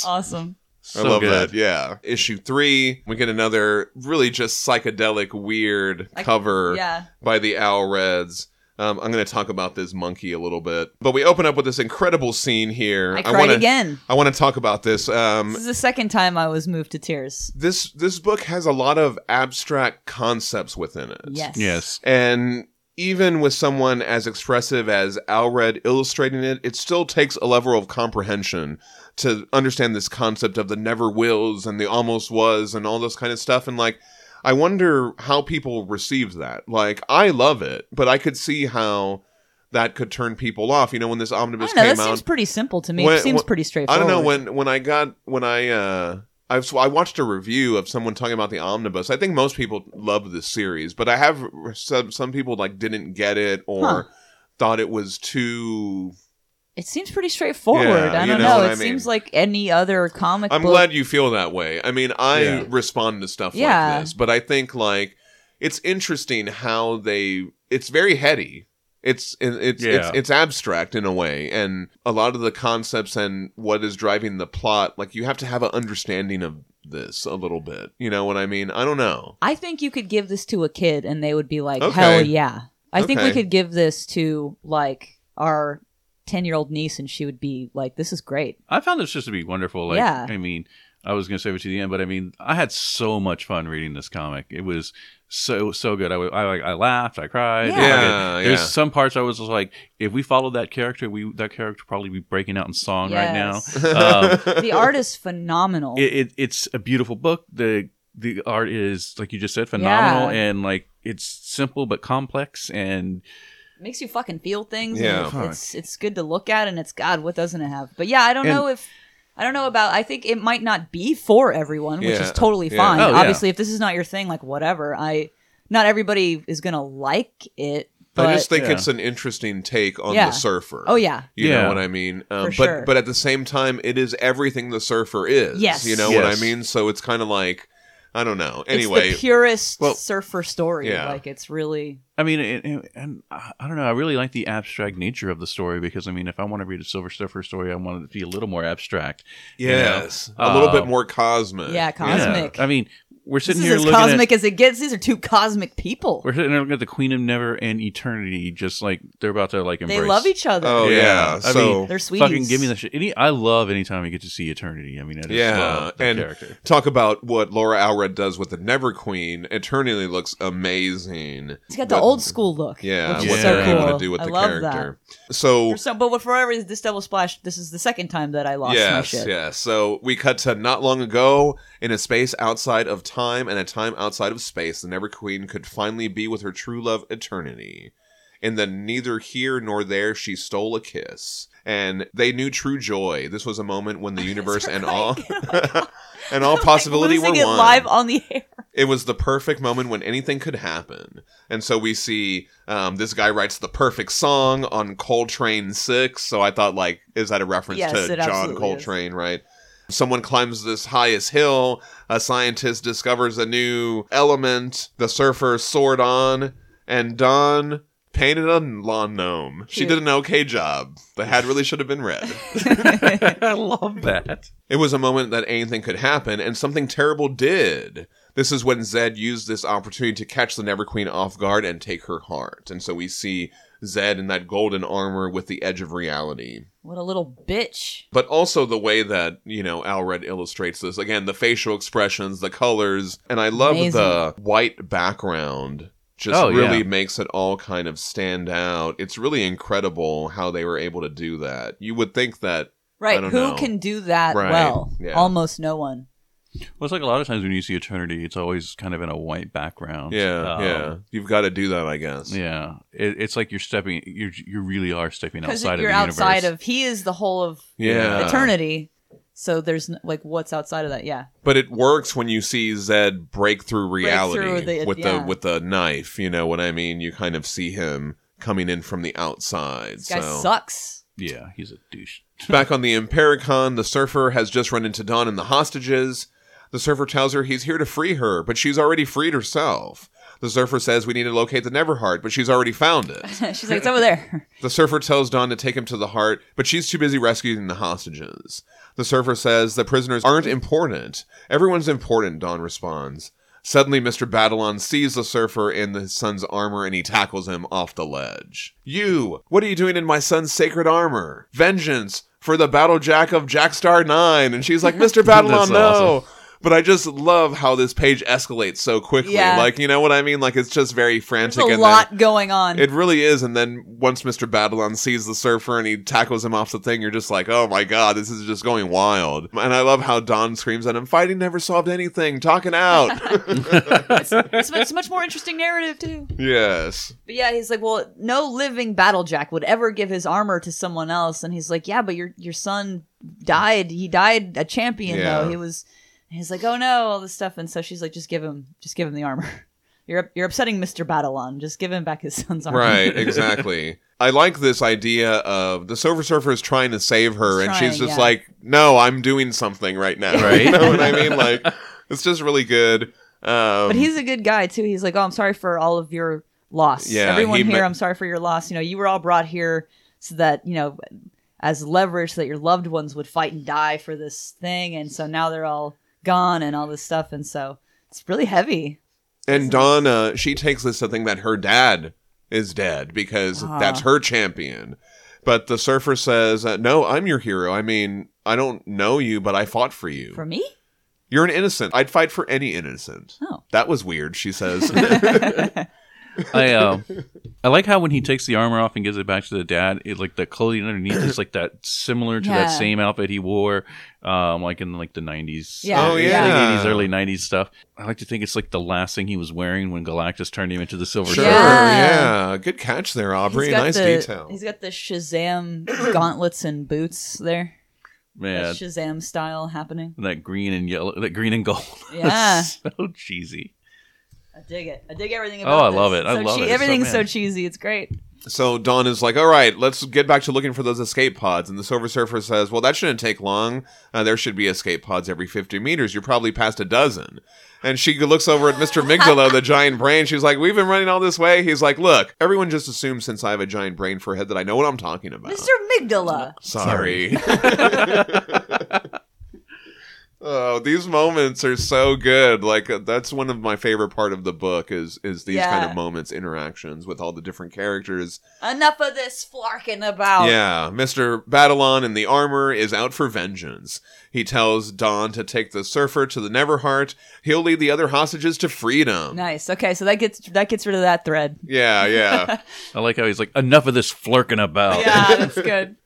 Awesome.
So
I love
good.
that. Yeah. Issue three, we get another really just psychedelic, weird
I-
cover
Yeah.
by the Owl Reds. Um, I'm going to talk about this monkey a little bit, but we open up with this incredible scene here.
I cried
wanna,
again.
I want to talk about this. Um,
This is the second time I was moved to tears.
this this book has a lot of abstract concepts within it.
Yes.
Yes.
And even with someone as expressive as Alred illustrating it, it still takes a level of comprehension to understand this concept of the never wills and the almost was and all this kind of stuff. And like, I wonder how people receive that. Like, I love it, but I could see how that could turn people off. You know, when this
I
omnibus
don't know.
came
That
out,
seems pretty simple to me.
When-
it seems
when-
pretty
I
straightforward.
don't know when when I got when I uh I've so I watched a review of someone talking about the omnibus. I think most people love this series, but I have some some people like didn't get it or
Huh.
thought it was too.
It seems pretty straightforward.
Yeah,
I
you
don't
know
know.
what
It
I mean.
seems like any other comic
I'm
book.
glad you feel that way. I mean, I
Yeah.
respond to stuff
Yeah.
like this, but I think like it's interesting how they. It's very heady. It's it- it's it's
Yeah.
it's abstract in a way, and a lot of the concepts and what is driving the plot. Like you have to have an understanding of this a little bit. You know what I mean? I don't know.
I think you could give this to a kid and they would be like,
Okay.
hell yeah. I think we
Okay.
could give this to like our 10 year old niece and she would be like, this is great.
I found this just to be wonderful. Like,
Yeah.
I mean, I was going to save it to the end, but I mean, I had so much fun reading this comic. It was so so good. I wa- I, like, I laughed, I cried.
Yeah.
Yeah,
Like, there's
yeah.
some parts I was just like, if we followed that character, we that character would probably be breaking out in song
Yes.
right now. Um,
the art is phenomenal.
it, it it's a beautiful book. The the art is like you just said, phenomenal,
Yeah.
and like it's simple but complex. And
makes you fucking feel things.
Yeah.
Yeah, it's it's good to look at, and it's God, what doesn't it have? But yeah, I don't
And-
know if I don't know about. I think it might not be for everyone, which
Yeah,
is totally
yeah.
fine.
Oh, yeah.
Obviously, if this is not your thing, like whatever. I not everybody is gonna like it, but
I just think
Yeah.
it's an interesting take on
Yeah.
the surfer.
oh yeah,
You
Yeah.
know what I mean? Um,
For
but
sure.
but at the same time, it is everything the surfer is.
Yes.
You know what I
Yes.
mean? So it's kind of like, I don't know. Anyway,
it's the purest
well,
surfer story.
yeah.
Like it's really
I mean, and, and, and I I don't know. I really like the abstract nature of the story because I mean, if I want to read a Silver Surfer story, I want it to be a little more abstract. you know?
yes, a little
Uh,
bit more cosmic.
yeah,
Yeah.
cosmic.
I mean, we're
this
sitting
is
here
as
looking at
cosmic as it gets. These are two cosmic people.
we're sitting here looking at the Queen of Never and Eternity, just like they're about to like embrace.
They love each other.
Oh yeah.
I
so
mean,
They're sweeties.
Fucking give me the shit. Any, I love anytime you get to see Eternity. I mean, I just
Yeah,
love that
and-
character.
talk about what Laura Alred does with the Never Queen. Eternally looks amazing.
It's got the
What-
old school look.
Yeah,
which
what
is
so
they're
cool.
able to do with
I
the
love
character. So
That. For some, but forever, this double splash. This is the second time that I lost my
yes,
shit.
yes. So we cut to not long ago in a space outside of time and a time outside of space. The Never Queen could finally be with her true love, Eternity. In the neither here nor there, she stole a kiss, and they knew true joy. This was a moment when the universe and all and all possibility
Losing
were
it
one.
live on the air.
it was the perfect moment when anything could happen. And so we see um, this guy writes the perfect song on Coltrane 6. So I thought, like, is that a reference
Yes,
to
it
John
absolutely
Coltrane, right? Someone climbs this highest hill. A scientist discovers a new element. The surfer soared on, and Dawn painted a lawn gnome. She
Cute.
did an okay job. The hat really should have been red.
I love that.
It was a moment that anything could happen, and something terrible did. This is when Zed used this opportunity to catch the Never Queen off guard and take her heart. And so we see Zed in that golden armor with the edge of reality.
What a little bitch.
But also the way that, you know, Alred illustrates this. Again, the facial expressions, the colors, and I love
Amazing.
the white background. Just
Oh,
really
yeah.
makes it all kind of stand out. It's really incredible how they were able to do that. You would think that
Right.
don't
Who
know.
can do that
Right,
well?
yeah.
Almost no one.
Well, it's like a lot of times when you see Eternity, it's always kind of in a white background.
Yeah,
Um,
yeah. You've got to do that, I guess.
yeah. It, it's like you're stepping. You you really are stepping
Because
outside of the
you're
universe.
outside of. He is the whole of
Yeah.
eternity. So there's n- like what's outside of that? Yeah.
But it works when you see Zed break through reality
through the-
with the
yeah.
with the knife, you know what I mean? You kind of see him coming in from the outside.
This guy
so
sucks.
Yeah, he's a douche.
back on the Impericon, the surfer has just run into Dawn and the hostages. The surfer tells her he's here to free her, but she's already freed herself. The surfer says we need to locate the Neverheart, but she's already found it.
She's like, it's over there.
The surfer tells Dawn to take him to the heart, but she's too busy rescuing the hostages. The surfer says the prisoners aren't important. Everyone's important, Dawn responds. Suddenly, Mr. Battleon sees the surfer in his son's armor and he tackles him off the ledge. You! What are you doing in my son's sacred armor? Vengeance! For the Battle Jack of Jackstar 9! And she's like, Mr. Battleon,
That's
no!
awesome.
But I just love how this page escalates so quickly.
Yeah.
Like, you know what I mean? Like, it's just very
There's
frantic.
a
and then-
lot going on.
it really is. And then once Mr. Babylon sees the surfer and he tackles him off the thing, you're just like, oh my God, this is just going wild. And I love how Don screams at him, fighting never solved anything, talking out.
it's, much, it's a much more interesting narrative too.
yes.
But yeah, he's like, well, no living battlejack would ever give his armor to someone else, and he's like, yeah, but your your son died. He died a champion
Yeah.
though. He was. and He's like, oh no, all this stuff, and so she's like, just give him, just give him the armor. You're you're upsetting Mister Battleon. Just give him back his son's armor.
Right, exactly. I like this idea of the Silver Surfer is trying to save her,
He's
and she's
trying,
just
yeah.
like, no, I'm doing something right now.
Right.
you know what I mean? Like, it's just really good. Um,
But he's a good guy too. He's like, oh, I'm sorry for all of your loss.
Yeah,
everyone
he
here,
ma-
I'm sorry for your loss. You know, you were all brought here so that you know, as leverage, so that your loved ones would fight and die for this thing, and so now they're all gone and all this stuff, and so it's really heavy.
And Donna, she takes this to think that her dad is dead because
Ah.
that's her champion. But the surfer says, uh, "No, I'm your hero. I mean, I don't know you, but I fought for you."
For me?
You're an innocent. I'd fight for any innocent.
Oh.
That was weird, she says.
I uh, I like how when he takes the armor off and gives it back to the dad, it like the clothing underneath is like that similar to
Yeah.
that same outfit he wore, um, like in like the nineties.
Yeah. Oh,
yeah.
eighties, early nineties stuff. I like to think it's like the last thing he was wearing when Galactus turned him into the Silver
Sure,
Surfer.
Yeah.
yeah. Good catch there,
He's
Aubrey.
got
Nice
the,
detail.
He's got the Shazam gauntlets and boots there.
Man,
That Shazam style happening.
that green and yellow, that green and gold.
Yeah.
so cheesy.
I dig it. I dig everything
Oh,
about
I
this.
love it. I
So
love it. So,
Everything's so,
man.
cheesy. It's great.
So Dawn is like, all right, let's get back to looking for those escape pods. And the Silver Surfer says, well, that shouldn't take long. Uh, there should be escape pods every 50 meters. You're probably past a dozen. And she looks over at Mr. Migdolo, the giant brain. She's like, we've been running all this way. He's like, look, everyone just assumes since I have a giant brain for a head that I know what I'm talking about.
Mr. Migdala.
Sorry. oh, these moments are so good. Like uh, that's one of my favorite part of the book is is these kind
Yeah.
of moments, interactions with all the different characters.
Enough of this flarking about.
Yeah, Mr. Battleon in the armor is out for vengeance. He tells Don to take the surfer to the Neverheart. He'll lead the other hostages to freedom.
Nice. Okay, so that gets that gets rid of that thread.
Yeah, yeah.
I like how he's like, enough of this flirking
Oh,
about.
Yeah, that's good.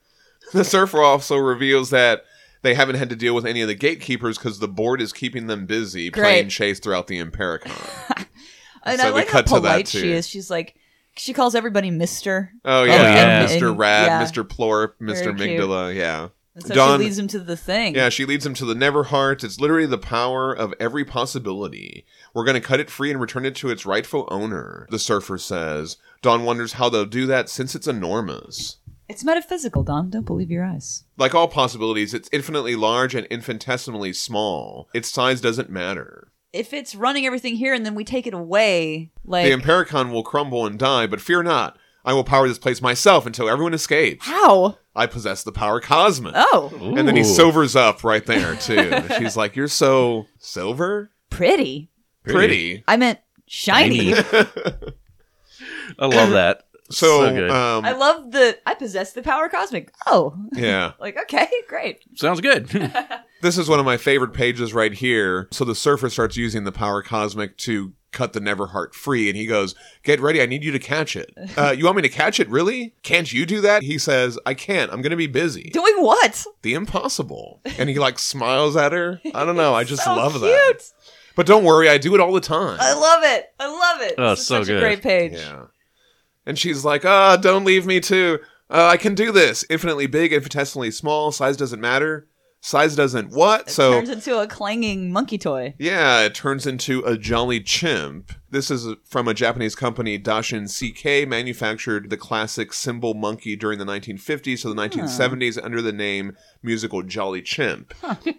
The surfer also reveals that they haven't had to deal with any of the gatekeepers because the board is keeping them busy playing
Great.
chase throughout the Impericon.
And
So
I
we
like how
cut to that,
polite she
too.
is. She's like, she calls everybody Mister.
Oh yeah,
yeah.
Mr.
And-
Rad,
yeah.
Mr. Plorp, Mr.
Very cute.
Amygdala. Yeah,
And so
Don-
she leads him to the thing.
yeah. She leads him to the Neverheart. It's literally the power of every possibility. We're gonna cut it free and return it to its rightful owner. The surfer says. Don wonders how they'll do that since it's enormous.
It's metaphysical, Don. Don't believe your eyes.
Like all possibilities, it's infinitely large and infinitesimally small. Its size doesn't matter.
If it's running everything here and then we take it away, like
The Impericon will crumble and die, but fear not. I will power this place myself until everyone escapes.
how?
I possess the power cosmic.
Oh,
And then he
Ooh.
silvers up right there, too. She's like, You're so silver?
pretty.
Pretty.
I meant shiny.
I love that.
So,
good.
um,
I love the. I possess the power cosmic. Oh,
yeah.
like okay, great.
Sounds good.
This is one of my favorite pages right here. So the surfer starts using the power cosmic to cut the Neverheart free, and he goes, Get ready, I need you to catch it. Uh, you want me to catch it, really? Can't you do that? He says, I can't, I'm gonna be busy.
Doing what?
the impossible. And he like smiles at her. I don't know, Oh, I just
So
love
cute.
that. But don't worry, I do it all the time.
I love it. I love it.
Oh,
This is
so
such a
good.
great page.
Yeah. And she's like, ah, don't leave me too. Uh, I can do this. Infinitely big, infinitesimally small. Size doesn't matter. Size doesn't what? So
Turns into a clanging monkey toy.
yeah, it turns into a jolly chimp. This is from a Japanese company, Dashin CK, manufactured the classic symbol monkey during the 1950s to the 1970s under the name musical Jolly Chimp.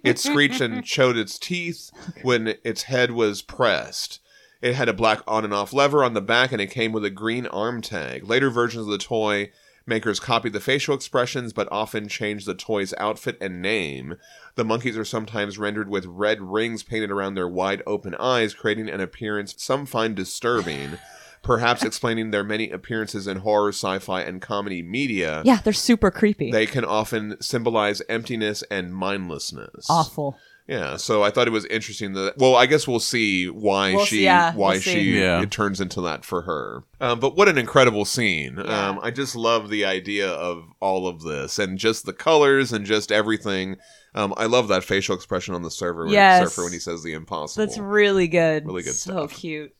It screeched and showed its teeth when its head was pressed. It had a black on and off lever on the back and it came with a green arm tag. Later versions of the toy makers copied the facial expressions but often changed the toy's outfit and name. The monkeys are sometimes rendered with red rings painted around their wide open eyes, creating an appearance some find disturbing, perhaps explaining their many appearances in horror, sci fi, and comedy media.
Yeah, they're super creepy.
They can often symbolize emptiness and mindlessness.
Awful.
Yeah, so I thought it was interesting that. Well, I guess we'll see why
We'll
she
see- yeah,
why
we'll see.
she
Yeah.
it turns into that for her. Um, but what an incredible scene!
Yeah.
Um, I just love the idea of all of this and just the colors and just everything. Um, I love that facial expression on the server when,
Yes.
surfer when he says the impossible.
That's really good.
Really good
So
stuff.
cute.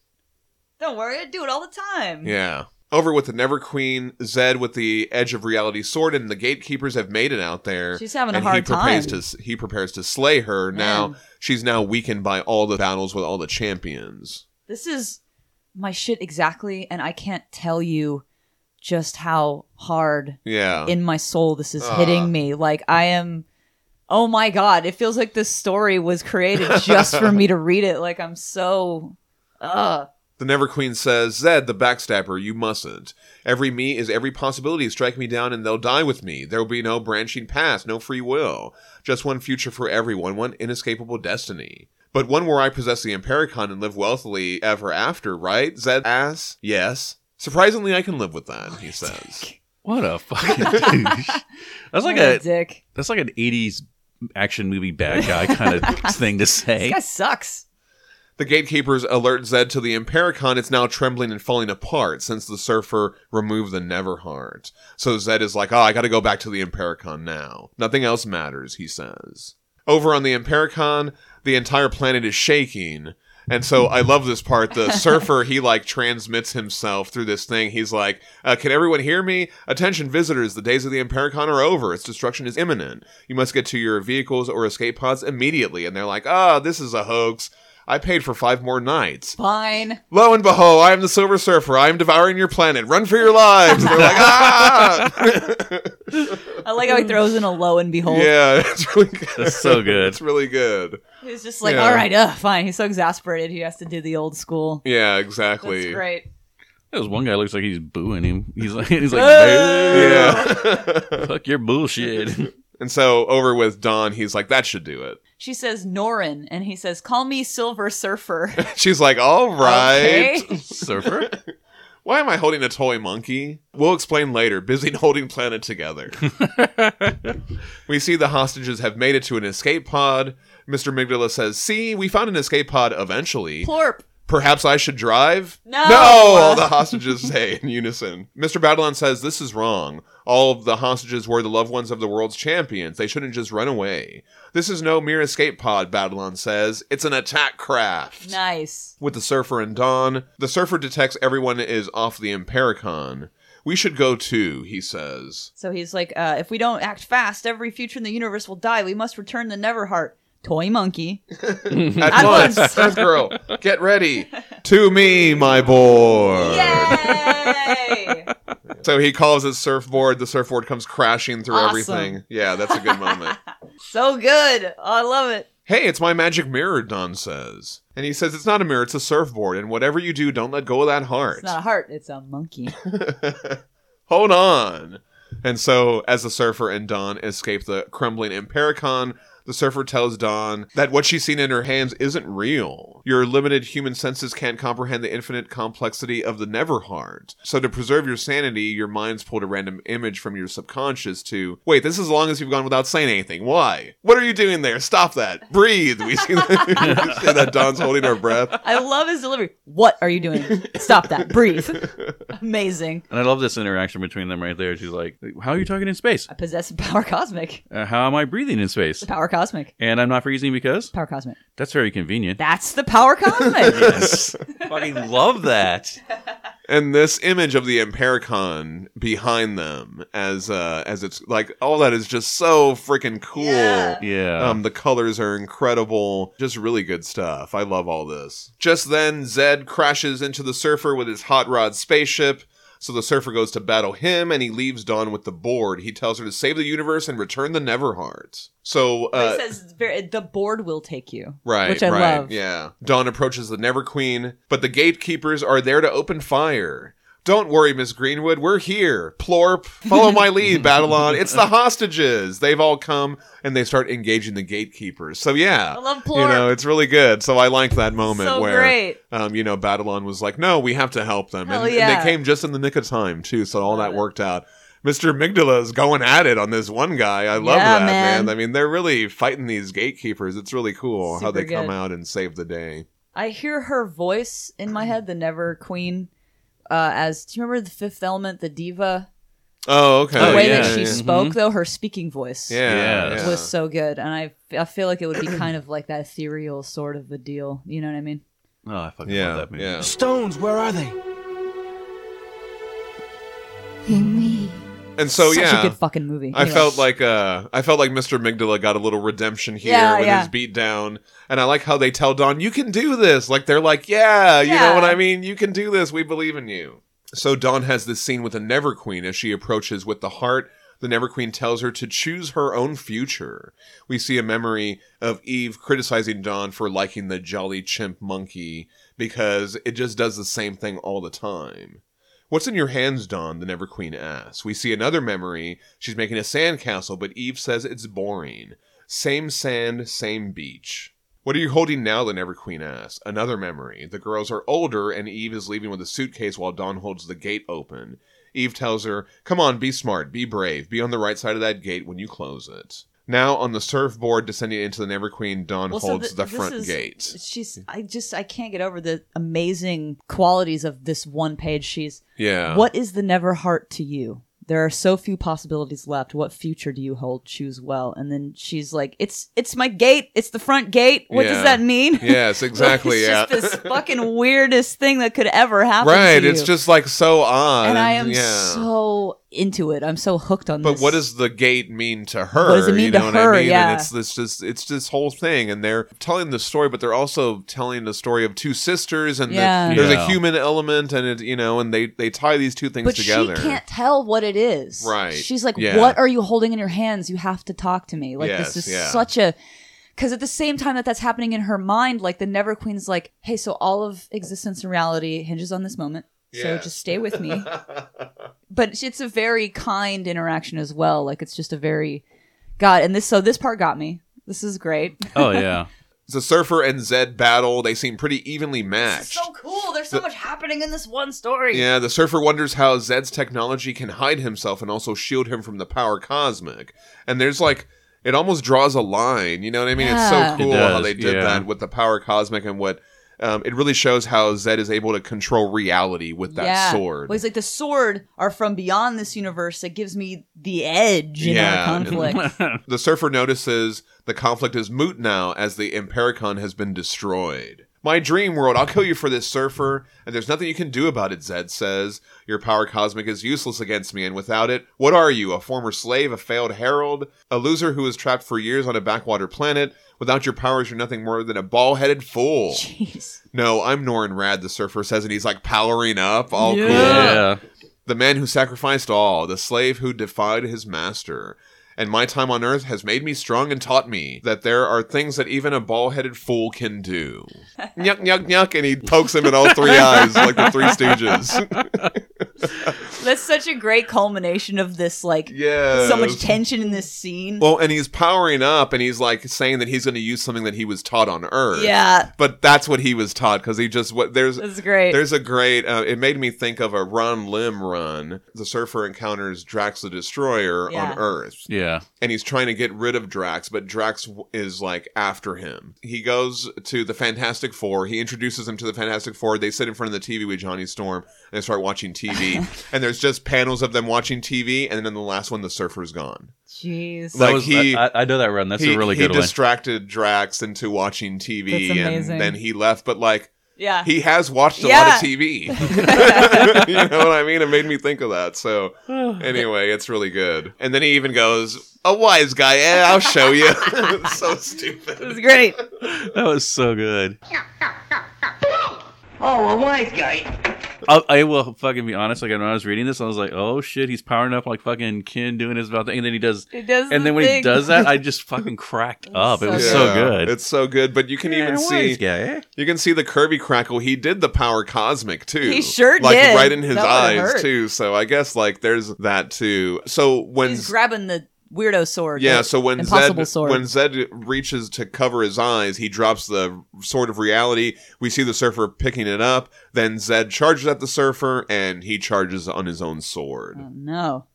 Don't worry, I do it all the time.
Yeah. Over with the Never Queen, Zed with the Edge of Reality sword, and the Gatekeepers have made it out there.
She's having a
and he
hard
prepares
time.
To, he prepares to slay her. Now
Man.
she's now weakened by all the battles with all the champions.
This is my shit exactly, and I can't tell you just how hard
Yeah.
in my soul this is
Ah.
hitting me. Like I am oh my god, it feels like this story was created just for me to read it. Like I'm so uh
the Never Queen says, Zed, the backstabber, you mustn't. Every me is every possibility. Strike me down and they'll die with me. There will be no branching path, no free will. Just one future for everyone, one inescapable destiny. But one where I possess the Impericon and live wealthily ever after, right? Zed asks. Yes. Surprisingly, I can live with that, he says.
What a fucking douche. That's like
what a
a
dick.
that's like an eighties action movie bad guy kind of thing to
This
say.
guy sucks.
The gatekeepers alert Zed to the Impericon it's now trembling and falling apart since the surfer removed the Neverheart. So Zed is like, oh, I gotta go back to the Impericon now. Nothing else matters, he says. Over on the Impericon, the entire planet is shaking. And so I love this part. The surfer, he like transmits himself through this thing. He's like, uh, Can everyone hear me? Attention, visitors. The days of the Impericon are over. Its destruction is imminent. You must get to your vehicles or escape pods immediately. And they're like, Ah, this is a hoax. I paid for five more nights.
Fine.
Lo and behold, I am the Silver Surfer. I am devouring your planet. Run for your lives. And they're like, ah!
I like how he throws in a low and behold.
yeah, it's really good.
That's so good.
It's really good.
He's just like,
Yeah.
all right, uh, fine. He's so exasperated, he has to do the old school.
Yeah,
That's
exactly.
great.
There's one guy looks like he's booing him. He's like he's like "Boo,
Yeah.
fuck your bullshit.
and so over with Don, he's like, that should do it.
She says Norin, and he says, "Call me Silver Surfer."
She's like, all right.
Okay.
Surfer.
Why am I holding a toy monkey? We'll explain later. Busy holding planet together. we see the hostages have made it to an escape pod. Mr. Migdala says, see, we found an escape pod eventually.
Plorp.
Perhaps I should drive?
No.
all the hostages say in unison. Mr. Babylon says this is wrong. All of the hostages were the loved ones of the world's champions. They shouldn't just run away. This is no mere escape pod, Babylon says. It's an attack craft.
Nice.
With the surfer and Dawn, the surfer detects everyone is off the Impericon. We should go too, he says.
So he's like, uh, "If we don't act fast, every future in the universe will die. We must return the Neverheart." Toy monkey.
At,
At
once,
once.
Earth Girl, get ready. to me, my boy.
Yay!
So he calls his surfboard. The surfboard comes crashing through
Awesome.
everything. Yeah, that's a good moment.
so good. Oh, I love it.
hey, it's my magic mirror, Don says. And he says, It's not a mirror, it's a surfboard. And whatever you do, don't let go of that heart.
It's not a heart. It's a monkey.
Hold on. And so, as the surfer and Don escape the crumbling Impericon, the surfer tells Don that what she's seen in her hands isn't real. Your limited human senses can't comprehend the infinite complexity of the Neverheart. So, to preserve your sanity, your mind's pulled a random image from your subconscious to wait, this is as long as you've gone without saying anything. Why? What are you doing there? Stop that. Breathe. We see that, we see that Don's holding her breath.
I love his delivery. What are you doing? Stop that. Breathe. Amazing.
And I love this interaction between them right there. She's like, "How are you talking in space?
I possess power cosmic.
Uh, how am I breathing in space?
Power cosmic.
And I'm not freezing because
Power cosmic.
that's very convenient."
That's the power cosmic.
Yes, fucking love that.
and this image of the Impericon behind them as uh as it's like all that is just so freaking cool.
Yeah.
Yeah.
Um, the colors are incredible. Just really good stuff. I love all this. Just then, Zed crashes into the surfer with his hot rod spaceship. So the surfer goes to battle him and he leaves Dawn with the board. He tells her to save the universe and return the Neverheart. So, uh,
it says very- the board will take you.
Right,
Which I
right,
love.
Yeah. Dawn approaches the Never Queen, but the gatekeepers are there to open fire. Don't worry, Miss Greenwood, we're here. Plorp, follow my lead, Babylon. It's the hostages. They've all come and they start engaging the gatekeepers. So yeah.
I love
You know,
Plorp.
it's really good. So I like that moment
So
where
great.
um, you know, Babylon was like, No, we have to help them.
Hell
and, and
yeah.
they came just in the nick of time too, so all
Love
that
it.
worked out. Mr. Migdala is going at it on this one guy. I love
Yeah,
that,
man.
man. I mean, they're really fighting these gatekeepers. It's really cool how
Super
they come
good.
out and save the day.
I hear her voice in my head, the Never Queen, uh, as do you remember the Fifth Element, the diva?
Oh, okay.
The
Oh,
way
yeah,
that she
yeah.
spoke, though, her speaking voice
Yeah,
Yes.
yeah.
was so good, and I I feel like it would be kind of like that ethereal sort of a deal. You know what I mean?
oh, I fucking
yeah,
love that movie.
yeah.
Stones, where are they?
And so
Such
yeah,
a good fucking movie.
I
Anyway.
felt like uh, I felt like Mr. Migdala got a little redemption here
Yeah,
with
yeah.
his beat down, and I like how they tell Don, "You can do this." Like they're like, "Yeah, you know
Yeah.
what I mean. You can do this. We believe in you." So Don has this scene with the Never Queen as she approaches with the heart. The Never Queen tells her to choose her own future. We see a memory of Eve criticizing Don for liking the jolly chimp monkey because it just does the same thing all the time. What's in your hands, Dawn? The Never Queen asks. We see another memory. She's making a sandcastle, but Eve says it's boring. Same sand, same beach. What are you holding now? The Never Queen asks. Another memory. The girls are older, and Eve is leaving with a suitcase while Dawn holds the gate open. Eve tells her, Come on, be smart, be brave, be on the right side of that gate when you close it. Now on the surfboard descending into the Never Queen, Dawn
Well, so
holds
th-
the
this
front
is-
gate.
She's. I just. I can't get over the amazing qualities of this one page. She's.
Yeah.
What is the never heart to you? There are so few possibilities left. What future do you hold? Choose well. And then she's like, "It's it's my gate. It's the front gate. What
Yeah.
does that mean?"
Yes, exactly.
it's
yeah.
just this fucking weirdest thing that could ever happen.
right.
to
It's
you.
just like so odd.
And I am
yeah.
so into it. I'm so hooked on
But
this.
what does the gate mean to her?
What does it mean
you
to
know what
her?
I mean?
Yeah.
And it's this just it's this whole thing and they're telling the story, but they're also telling the story of two sisters and the-
Yeah.
there's a
Yeah.
human element and it you know, and they they tie these two things
but
together.
she can't tell what it is.
Right.
She's like,
Yeah.
"What are you holding in your hands? You have to talk to me." Like
Yes,
this is
yeah.
such a because at the same time that that's happening in her mind, like the Never Queen's like, "Hey, so all of existence and reality hinges on this moment." So
Yes.
just stay with me. but it's a very kind interaction as well. Like it's just a very God, and this so this part got me. This is great.
Oh yeah.
The surfer and Zed battle, they seem pretty evenly matched.
so cool. There's so much happening in this one story.
Yeah, the surfer wonders how Zed's technology can hide himself and also shield him from the power cosmic. And there's like it almost draws a line, you know what I mean?
Yeah.
It's so
It
cool how
does,
they did
yeah.
that with the power cosmic and what um, it really shows how Zed is able to control reality with that sword.
Well, he's like the sword are from beyond this universe that gives me the edge in
Yeah.
our conflict.
the surfer notices the conflict is moot now as the Impericon has been destroyed. My dream world, I'll kill you for this surfer, and there's nothing you can do about it, Zed says. Your power cosmic is useless against me, and without it, what are you? A former slave, a failed herald, a loser who was trapped for years on a backwater planet? Without your powers, you're nothing more than a ball headed fool.
Jeez.
No, I'm Norin Rad, the surfer says, and he's like powering up, all cool
yeah.
That's such a great culmination of this, like,
yeah.
so much tension in this scene.
Well, and he's powering up and he's like saying that he's going to use something that he was taught on earth.
yeah,
But that's what he was taught because he just, what there's,
that's great.
There's a great. Uh, it made me think of a Ron Lim run. The surfer encounters Drax the Destroyer
Yeah.
on Earth,
Yeah.
and he's trying to get rid of Drax, but Drax w- is like after him. He goes to the Fantastic Four. He introduces him to the Fantastic Four. They sit in front of the TV with Johnny Storm and they start watching TV. and there's just panels of them watching TV, and then in the last one, the surfer's gone.
Jeez.
Like
that was,
he-
I, I- I know that run. That's
he,
a really
he
good one.
distracted Drax into watching TV,
That's amazing.
and then he left. But like
yeah.
he has watched a lot
Yeah.
of TV. you know what I mean? It made me think of that. So anyway, it's really good. And then he even goes, "A wise guy, eh, I'll show you." It's so stupid.
That's great.
That was so good.
Oh, a wise guy.
I, I will fucking be honest. Like when I was reading this, I was like, "Oh shit, he's powering up like fucking Ken doing his about thing." And then he does,
It does
and
the
then when he
thing.
does that, I just fucking cracked up. It was
so
so
Yeah,
good.
It's so good, but you can even see
yeah.
you can see the Kirby crackle. He did the power cosmic too.
He sure
like,
did.
right in his
That would've
eyes
hurt.
too. So I guess like there's that too. So when
He's grabbing the weirdo sword.
Yeah,
the
so when
impossible
Zed
sword.
when Zed reaches to cover his eyes, he drops the sword of reality. We see the surfer picking it up. Then Zed charges at the surfer, and he charges on his own sword.
Oh, no.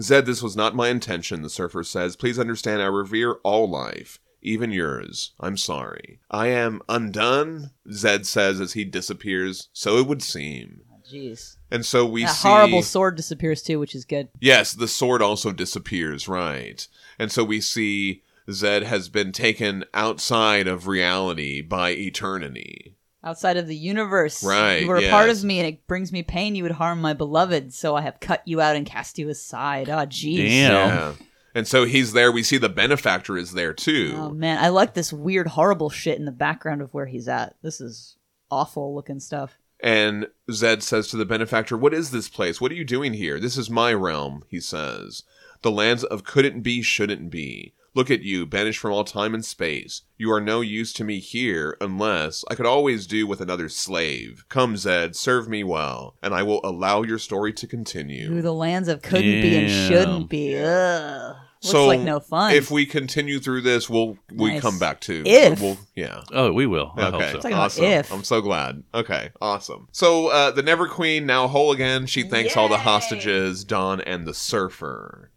Zed, this was not my intention, the surfer says. Please understand, I revere all life, even yours. I'm sorry. I am undone, Zed says as he disappears. So it would seem.
Oh, Jeez.
And so we
That
see
horrible sword disappears too, which is good.
Yes, the sword also disappears, right. And so we see Zed has been taken outside of reality by eternity.
Outside of the universe,
Right,
You were a part
yes.
of me, and it brings me pain. You would harm my beloved, so I have cut you out and cast you aside. Ah, jeez.
Damn.
Yeah. And so he's there. We see the benefactor is there too.
Oh man, I like this weird, horrible shit in the background of where he's at. This is awful looking stuff.
And Zed says to the benefactor, What is this place? What are you doing here? This is my realm, he says. The lands of couldn't be, shouldn't be. Look at you, banished from all time and space. You are no use to me here, unless I could always do with another slave. Come, Zed, serve me well, and I will allow your story to
Ooh,
continue.
the lands of couldn't be and
Damn.
shouldn't be. Ugh. Looks like no fun.
If we continue through this, we'll we
Nice.
come back to
If.
we'll, yeah.
Oh, we will. I
okay.
hope so.
Talking about
awesome.
if.
I'm so glad. Okay. Awesome. So uh, the Never Queen now whole again. She thanks all the
Yay!
hostages, Dawn and the Surfer.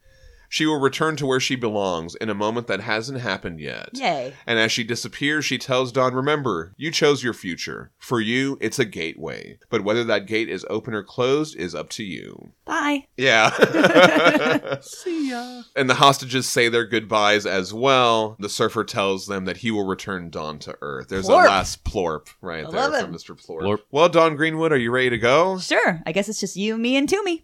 She will return to where she belongs in a moment that hasn't happened yet.
Yay.
And as she disappears, she tells Don, Remember, you chose your future. For you, it's a gateway. But whether that gate is open or closed is up to you.
Bye.
Yeah. And the hostages say their goodbyes as well. The surfer tells them that he will return Dawn to Earth. There's
Plorp.
a last plorp right
I
there
love
from
it.
Mr. Plorp.
Plorp.
Well, Don Greenwood, are you ready to go?
Sure. I guess it's just you, me, and Toomey.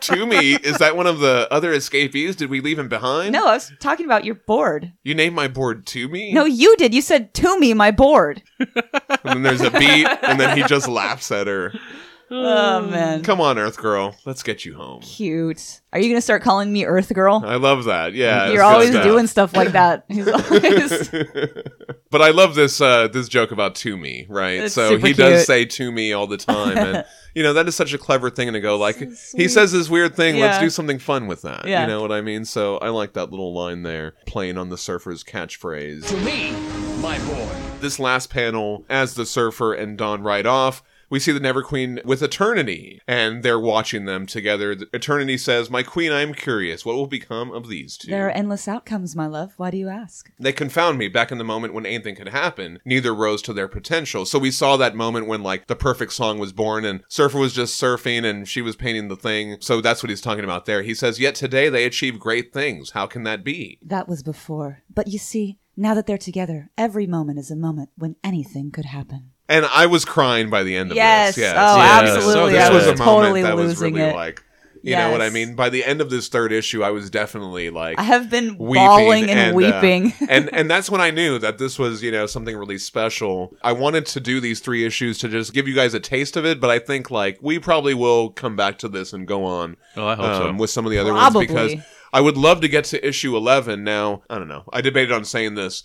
Toomey, is that one of the other escapees? Did we leave him behind?
No, I was talking about your board.
You named my board Toomey?
No, you did. You said Toomey, my board.
And then there's a beat, and then he just laughs at her.
Oh man.
Hmm. Come on, Earth Girl. Let's get you home.
Cute. Are you gonna start calling me Earth Girl?
I love that. Yeah.
You're
it's
always
good
doing stuff like that. He's always
but I love this uh, this joke about Toomey, right?
It's
so
super
he does
cute.
say Toomey all the time, and you know that is such a clever thing to go like. he says this weird thing. Let's
Yeah.
do something fun with that.
Yeah.
You know what I mean? So I like that little line there, playing on the surfer's catchphrase
To me, my boy.
this last panel as the surfer and Don ride off. We see the Never Queen with Eternity, and they're watching them together. Eternity says, My queen, I am curious. What will become of these two?
There are endless outcomes, my love. Why do you ask?
they confound me back in the moment when anything could happen. Neither rose to their potential. So we saw that moment when, like, the perfect song was born, and Surfer was just surfing and she was painting the thing. So that's what he's talking about there. He says, Yet today they achieve great things. How can that be?
That was before. But you see, now that they're together, every moment is a moment when anything could happen.
And I was crying by the end of
Yes.
this. Yes.
Oh,
Yeah.
absolutely.
So this
I
was,
was,
a moment
totally
that was
losing
really
it.
like, you know what I
Yes.
mean? By the end of this third issue, I was definitely like,
I have been
weeping
bawling and,
uh,
weeping.
and and that's when I knew that this was you know something really special. I wanted to do these three issues to just give you guys a taste of it, but I think like we probably will come back to this and go on
Oh, I hope so.
um, with some of the other
Probably.
ones because I would love to get to issue eleven. Now I don't know. I debated on saying this.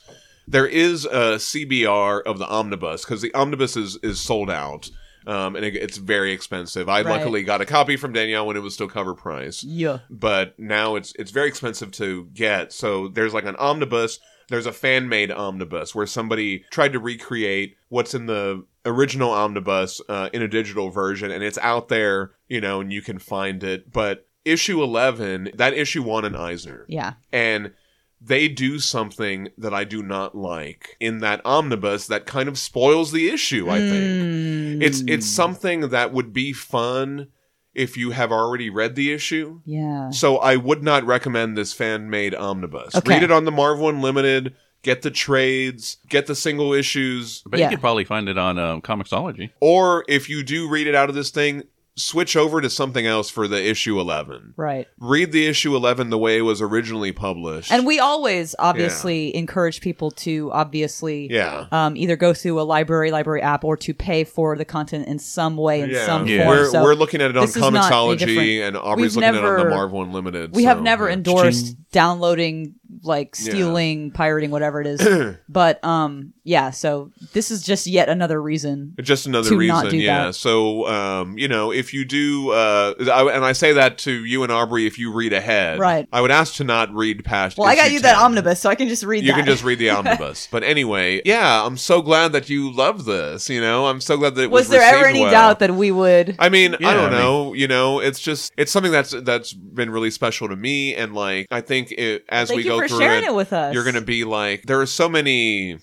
There is a CBR of the omnibus because the omnibus is is sold out. Um, and it, it's very expensive. I
Right.
luckily got a copy from Danielle when it was still cover price
yeah.
but now it's it's very expensive to get. So there's like an omnibus. There's a fan made omnibus where somebody tried to recreate what's in the original omnibus uh, in a digital version, and it's out there, you know, and you can find it. But issue eleven, that issue won an Eisner,
Yeah.
and they do something that I do not like in that omnibus that kind of spoils the issue. I think
Mm.
it's it's something that would be fun if you have already read the issue.
Yeah.
So I would not recommend this fan made omnibus.
Okay.
Read it on the Marvel Unlimited. Get the trades. Get the single issues.
But
Yeah.
you could probably find it on um, Comixology.
Or if you do read it out of this thing, switch over to something else for the issue eleven.
Right.
Read the issue eleven the way it was originally published.
And we always obviously encourage people to obviously
yeah.
um, either go through a library, library app, or to pay for the content in some way, in
Yeah.
some
Yeah.
form.
We're,
so
we're looking at it on
this is not any
Comixology,
different.
and Aubrey's
We've
looking at it on
never-
the Marvel Unlimited.
we
so,
have never
yeah.
endorsed downloading, like stealing, pirating, whatever it is. but um, yeah, so this is just yet another reason.
just another
to
reason
not do
yeah
that.
so um you know if you do uh I, and i say that to you and aubrey if you read ahead
Right.
i would ask to not read past
Well, I got
issue
you that
10.
omnibus, so I can just read
you
that.
can just read the omnibus but anyway yeah i'm so glad that you love this you know i'm so glad that it was,
was there ever
received
any
well.
doubt that we would?
I mean,
Yeah,
I don't
I mean-
know. you know, it's just it's something that's that's been really special to me, and like I think it, as
Thank
we
you
go
for
through
sharing it with us.
you're gonna be like there are so many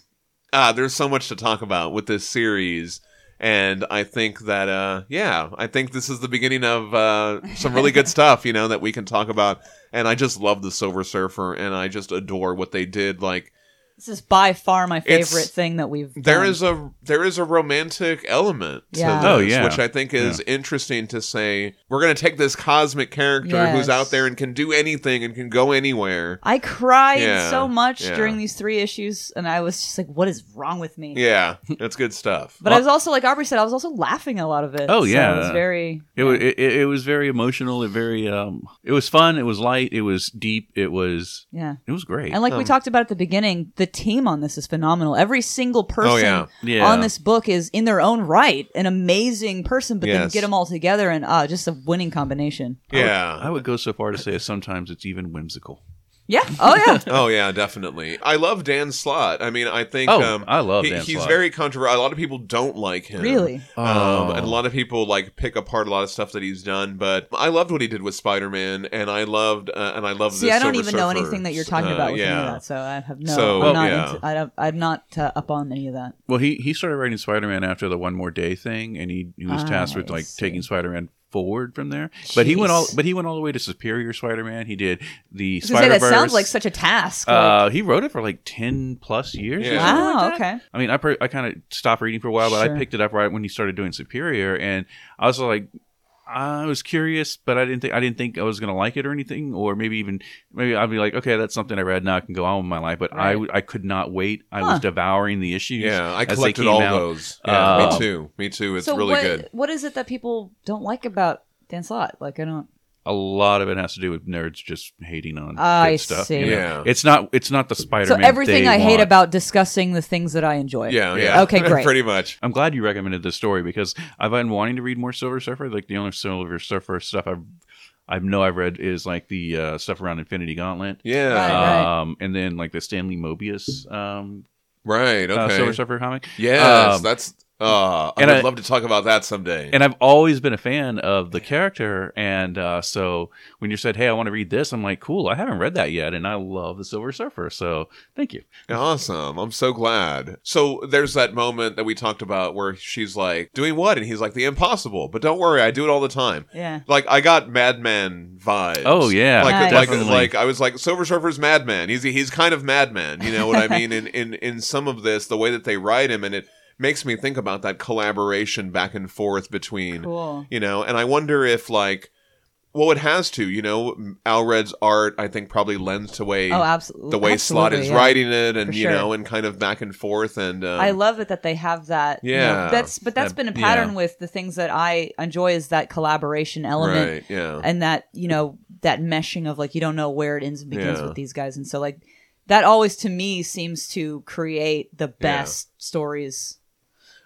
ah there's so much to talk about with this series and i think that uh yeah i think this is the beginning of uh some really good stuff you know that we can talk about and i just love the silver surfer and i just adore what they did like
This is by far my
It's-
favorite thing that we've.
there
done.
is a there is a romantic element
Yeah.
to
Oh,
this,
yeah.
which I think is interesting to say. We're going to take this cosmic character who's
Yes.
out there and can do anything and can go anywhere.
I cried
Yeah,
so much
yeah.
during these three issues, and I was just like, "What is wrong with me?"
Yeah, that's good stuff.
But I was also, like Aubrey said, I was also laughing a lot of it.
Oh,
So
yeah.
it was very.
It, wa- it, it it was very emotional. It very um, it was fun. It was light. It was deep. It was
Yeah.
it was great.
And like we
Um,
talked about at the beginning, the team on this is phenomenal. Every single person
Oh, yeah.
Yeah.
on this book is in their own right an amazing person, but then
Yes.
get them all together and uh, just a winning combination.
yeah.
I would go so far to say sometimes it's even whimsical.
Yeah. Oh yeah.
Oh yeah, definitely. I love Dan Slott. I mean, I think
Oh,
um,
I love
he-
Dan
he's
Slott.
very controversial. A lot of people don't like him.
Really?
Oh.
Um, and a lot of people like pick apart a lot of stuff that he's done, but I loved what he did with Spider Man, and I loved uh, and I love.
See,
this
I don't
Silver
even know
Surfer.
anything that you're talking
Uh,
about with any
yeah.
of that, so I have no.
So,
I'm not.
yeah.
Into, I don't, I'm not uh, up on any of that.
Well, he he started writing Spider Man after the One More Day thing, and he, he was
Ah,
tasked with
I
like
see.
taking Spider Man forward from there. But he went
Jeez.
all but he went all the way to Superior Spider Man. He did the
I was gonna
Spider
say, that sounds
Verse.
like such a task. like-
uh, he wrote it for like ten plus years. or
Yeah.
something
Wow,
like that.
okay.
I mean, I per- I kind of stopped reading for a while, but
Sure.
I picked it up right when he started doing Superior, and I was like, I was curious, but I didn't think I didn't think I was gonna like it or anything, or maybe even maybe I'd be like, okay, that's something I read now I can go on with my life. But I
Right.
w- I could not wait. I
Huh.
was devouring the issues.
Yeah, I
as they
collected
came
all
out.
those. Yeah,
Uh,
me too. Me too. It's
so
really
what,
good.
What is it that people don't like about Dan Slott? Like I don't.
a lot of it has to do with nerds just hating on
I
good stuff.
see.
you know?
Yeah.
it's not it's not the Spider
So
Man.
everything I hate about discussing the things that I enjoy.
Yeah, yeah.
Okay, great.
Pretty much.
I'm glad you recommended this story because I've been wanting to read more Silver Surfer. Like the only Silver Surfer stuff I've I know I've read is like the uh, stuff around Infinity Gauntlet.
Yeah.
Right.
Um, and then like the Stanley Mobius um,
Right.
uh,
Okay.
Silver Surfer comic.
yes,
Um,
that's. Uh, I
and
would
I-
love to talk about that someday.
and I've always been a fan of the character. And uh, so when you said, "Hey, I want to read this," I'm like, "Cool, I haven't read that yet," and I love the Silver Surfer. So thank you.
Awesome. I'm so glad. So there's that moment that we talked about where she's like, doing what? And he's like, the impossible. But don't worry, I do it all the time.
Yeah.
Like I got Madman vibes.
Oh, yeah.
Like
Nice.
like,
Definitely.
like I was like Silver Surfer's Madman. He's he's kind of Madman. You know what I mean? In in in some of this, the way that they write him, and it makes me think about that collaboration back and forth between
Cool.
you know and i wonder if like well it has to you know alred's art i think probably lends to way
Oh, absolutely.
the way slot is writing it and
For
you
sure.
know and kind of back and forth and um,
I love it that they have that. you know,
Yeah.
that's but that's
That-
been a pattern
yeah.
with the things that I enjoy is that collaboration element
right yeah
and that you know that meshing of like you don't know where it ends and begins
Yeah.
with these guys and so like that always to me seems to create the best stories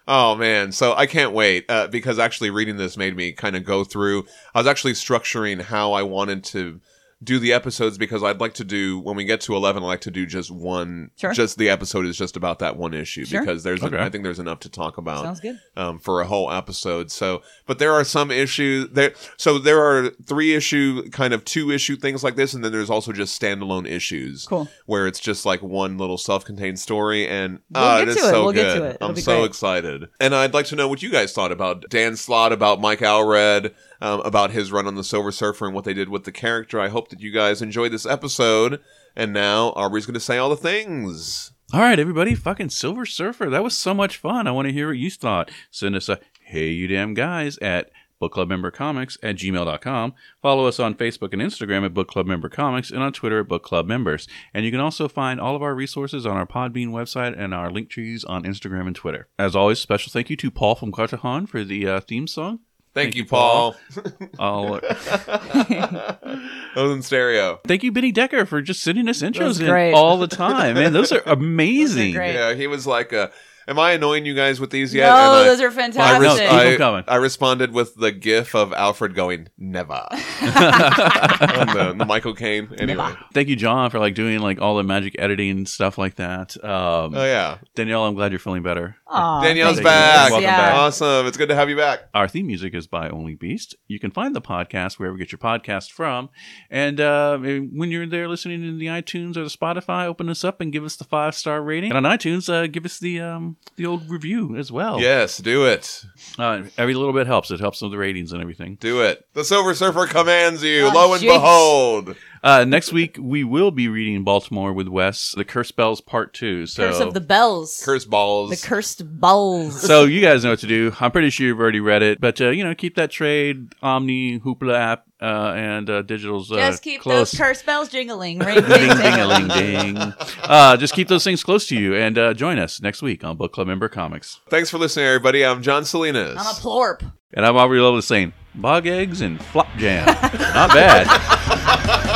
oh man so i can't wait uh, because actually reading this made me kind of go through i was actually structuring how i wanted to do the episodes because i'd like to do when we get to 11 i like to do just one
Sure.
just the episode is just about that one issue
Sure.
because there's
Okay.
I think there's enough to talk about
sounds good
um, for a whole episode. So, but there are some issues there. So there are three issue, kind of two issue things like this, and then there's also just standalone issues
cool
where it's just like one little self-contained story. And
We'll
ah,
get
it is
to it.
so
We'll
good.
get to it. It'll
I'm
be
so
great.
excited, and I'd like to know what you guys thought about Dan Slott, about Mike Alred. Um, about his run on the Silver Surfer and what they did with the character. I hope that you guys enjoyed this episode. And now Aubrey's going to say all the things.
All right, everybody, fucking Silver Surfer. That was so much fun. I want to hear what you thought. Send us a hey, you damn guys at bookclubmembercomics at gmail.com. Follow us on Facebook and Instagram at Book Club Member Comics and on Twitter at Book Club Members. And you can also find all of our resources on our Podbean website and our link trees on Instagram and Twitter. As always, special thank you to Paul from Cartahan for the uh, theme song.
Thank, you, Paul.
All-
That was in stereo.
thank you, Benny Decker, for just sending us
was
intros
great.
in all the time. Man, those are amazing.
great.
Yeah, he was like, uh, "Am I annoying you guys with these yet?"
no
And I-
those are
I,
fantastic
res-
No, keep 'em
I,
coming.
I responded with the gif of Alfred going never, and the, the Michael Caine. Anyway,
Thank you, John, for like doing like all the magic editing and stuff like that. Um,
oh yeah,
Danielle, I'm glad you're feeling better.
Aw,
Danielle's
thank
thank
you.
back.
Welcome
Yeah. back.
Awesome. It's good to have you back.
Our theme music is by Only Beast. You can find the podcast wherever you get your podcast from. And uh, when you're there listening in the iTunes or the Spotify, open us up and give us the five star rating. And on iTunes, uh, give us the um, the old review as well.
Yes, do it,
Uh, every little bit helps. It helps with the ratings and everything.
do it. The Silver Surfer commands you.
Oh,
Lo and
jeez.
behold,
Uh, next week, we will be reading Baltimore with Wes, The Curse Bells Part 2. So
curse of the bells
curse balls.
the cursed bells
so you guys know what to do. I'm pretty sure you've already read it, but uh, you know, keep that trade Omni Hoopla app uh, and uh, Digital's uh,
just keep
close.
those curse bells jingling ring ding,
ding
ding.
ding a ling ding. Uh, just keep those things close to you, and uh, join us next week on Book Club Member Comics.
Thanks for listening, everybody. I'm John Salinas.
i'm a plorp
And I'm Aubrey Lovelace saying bog eggs and flop jam. Not bad.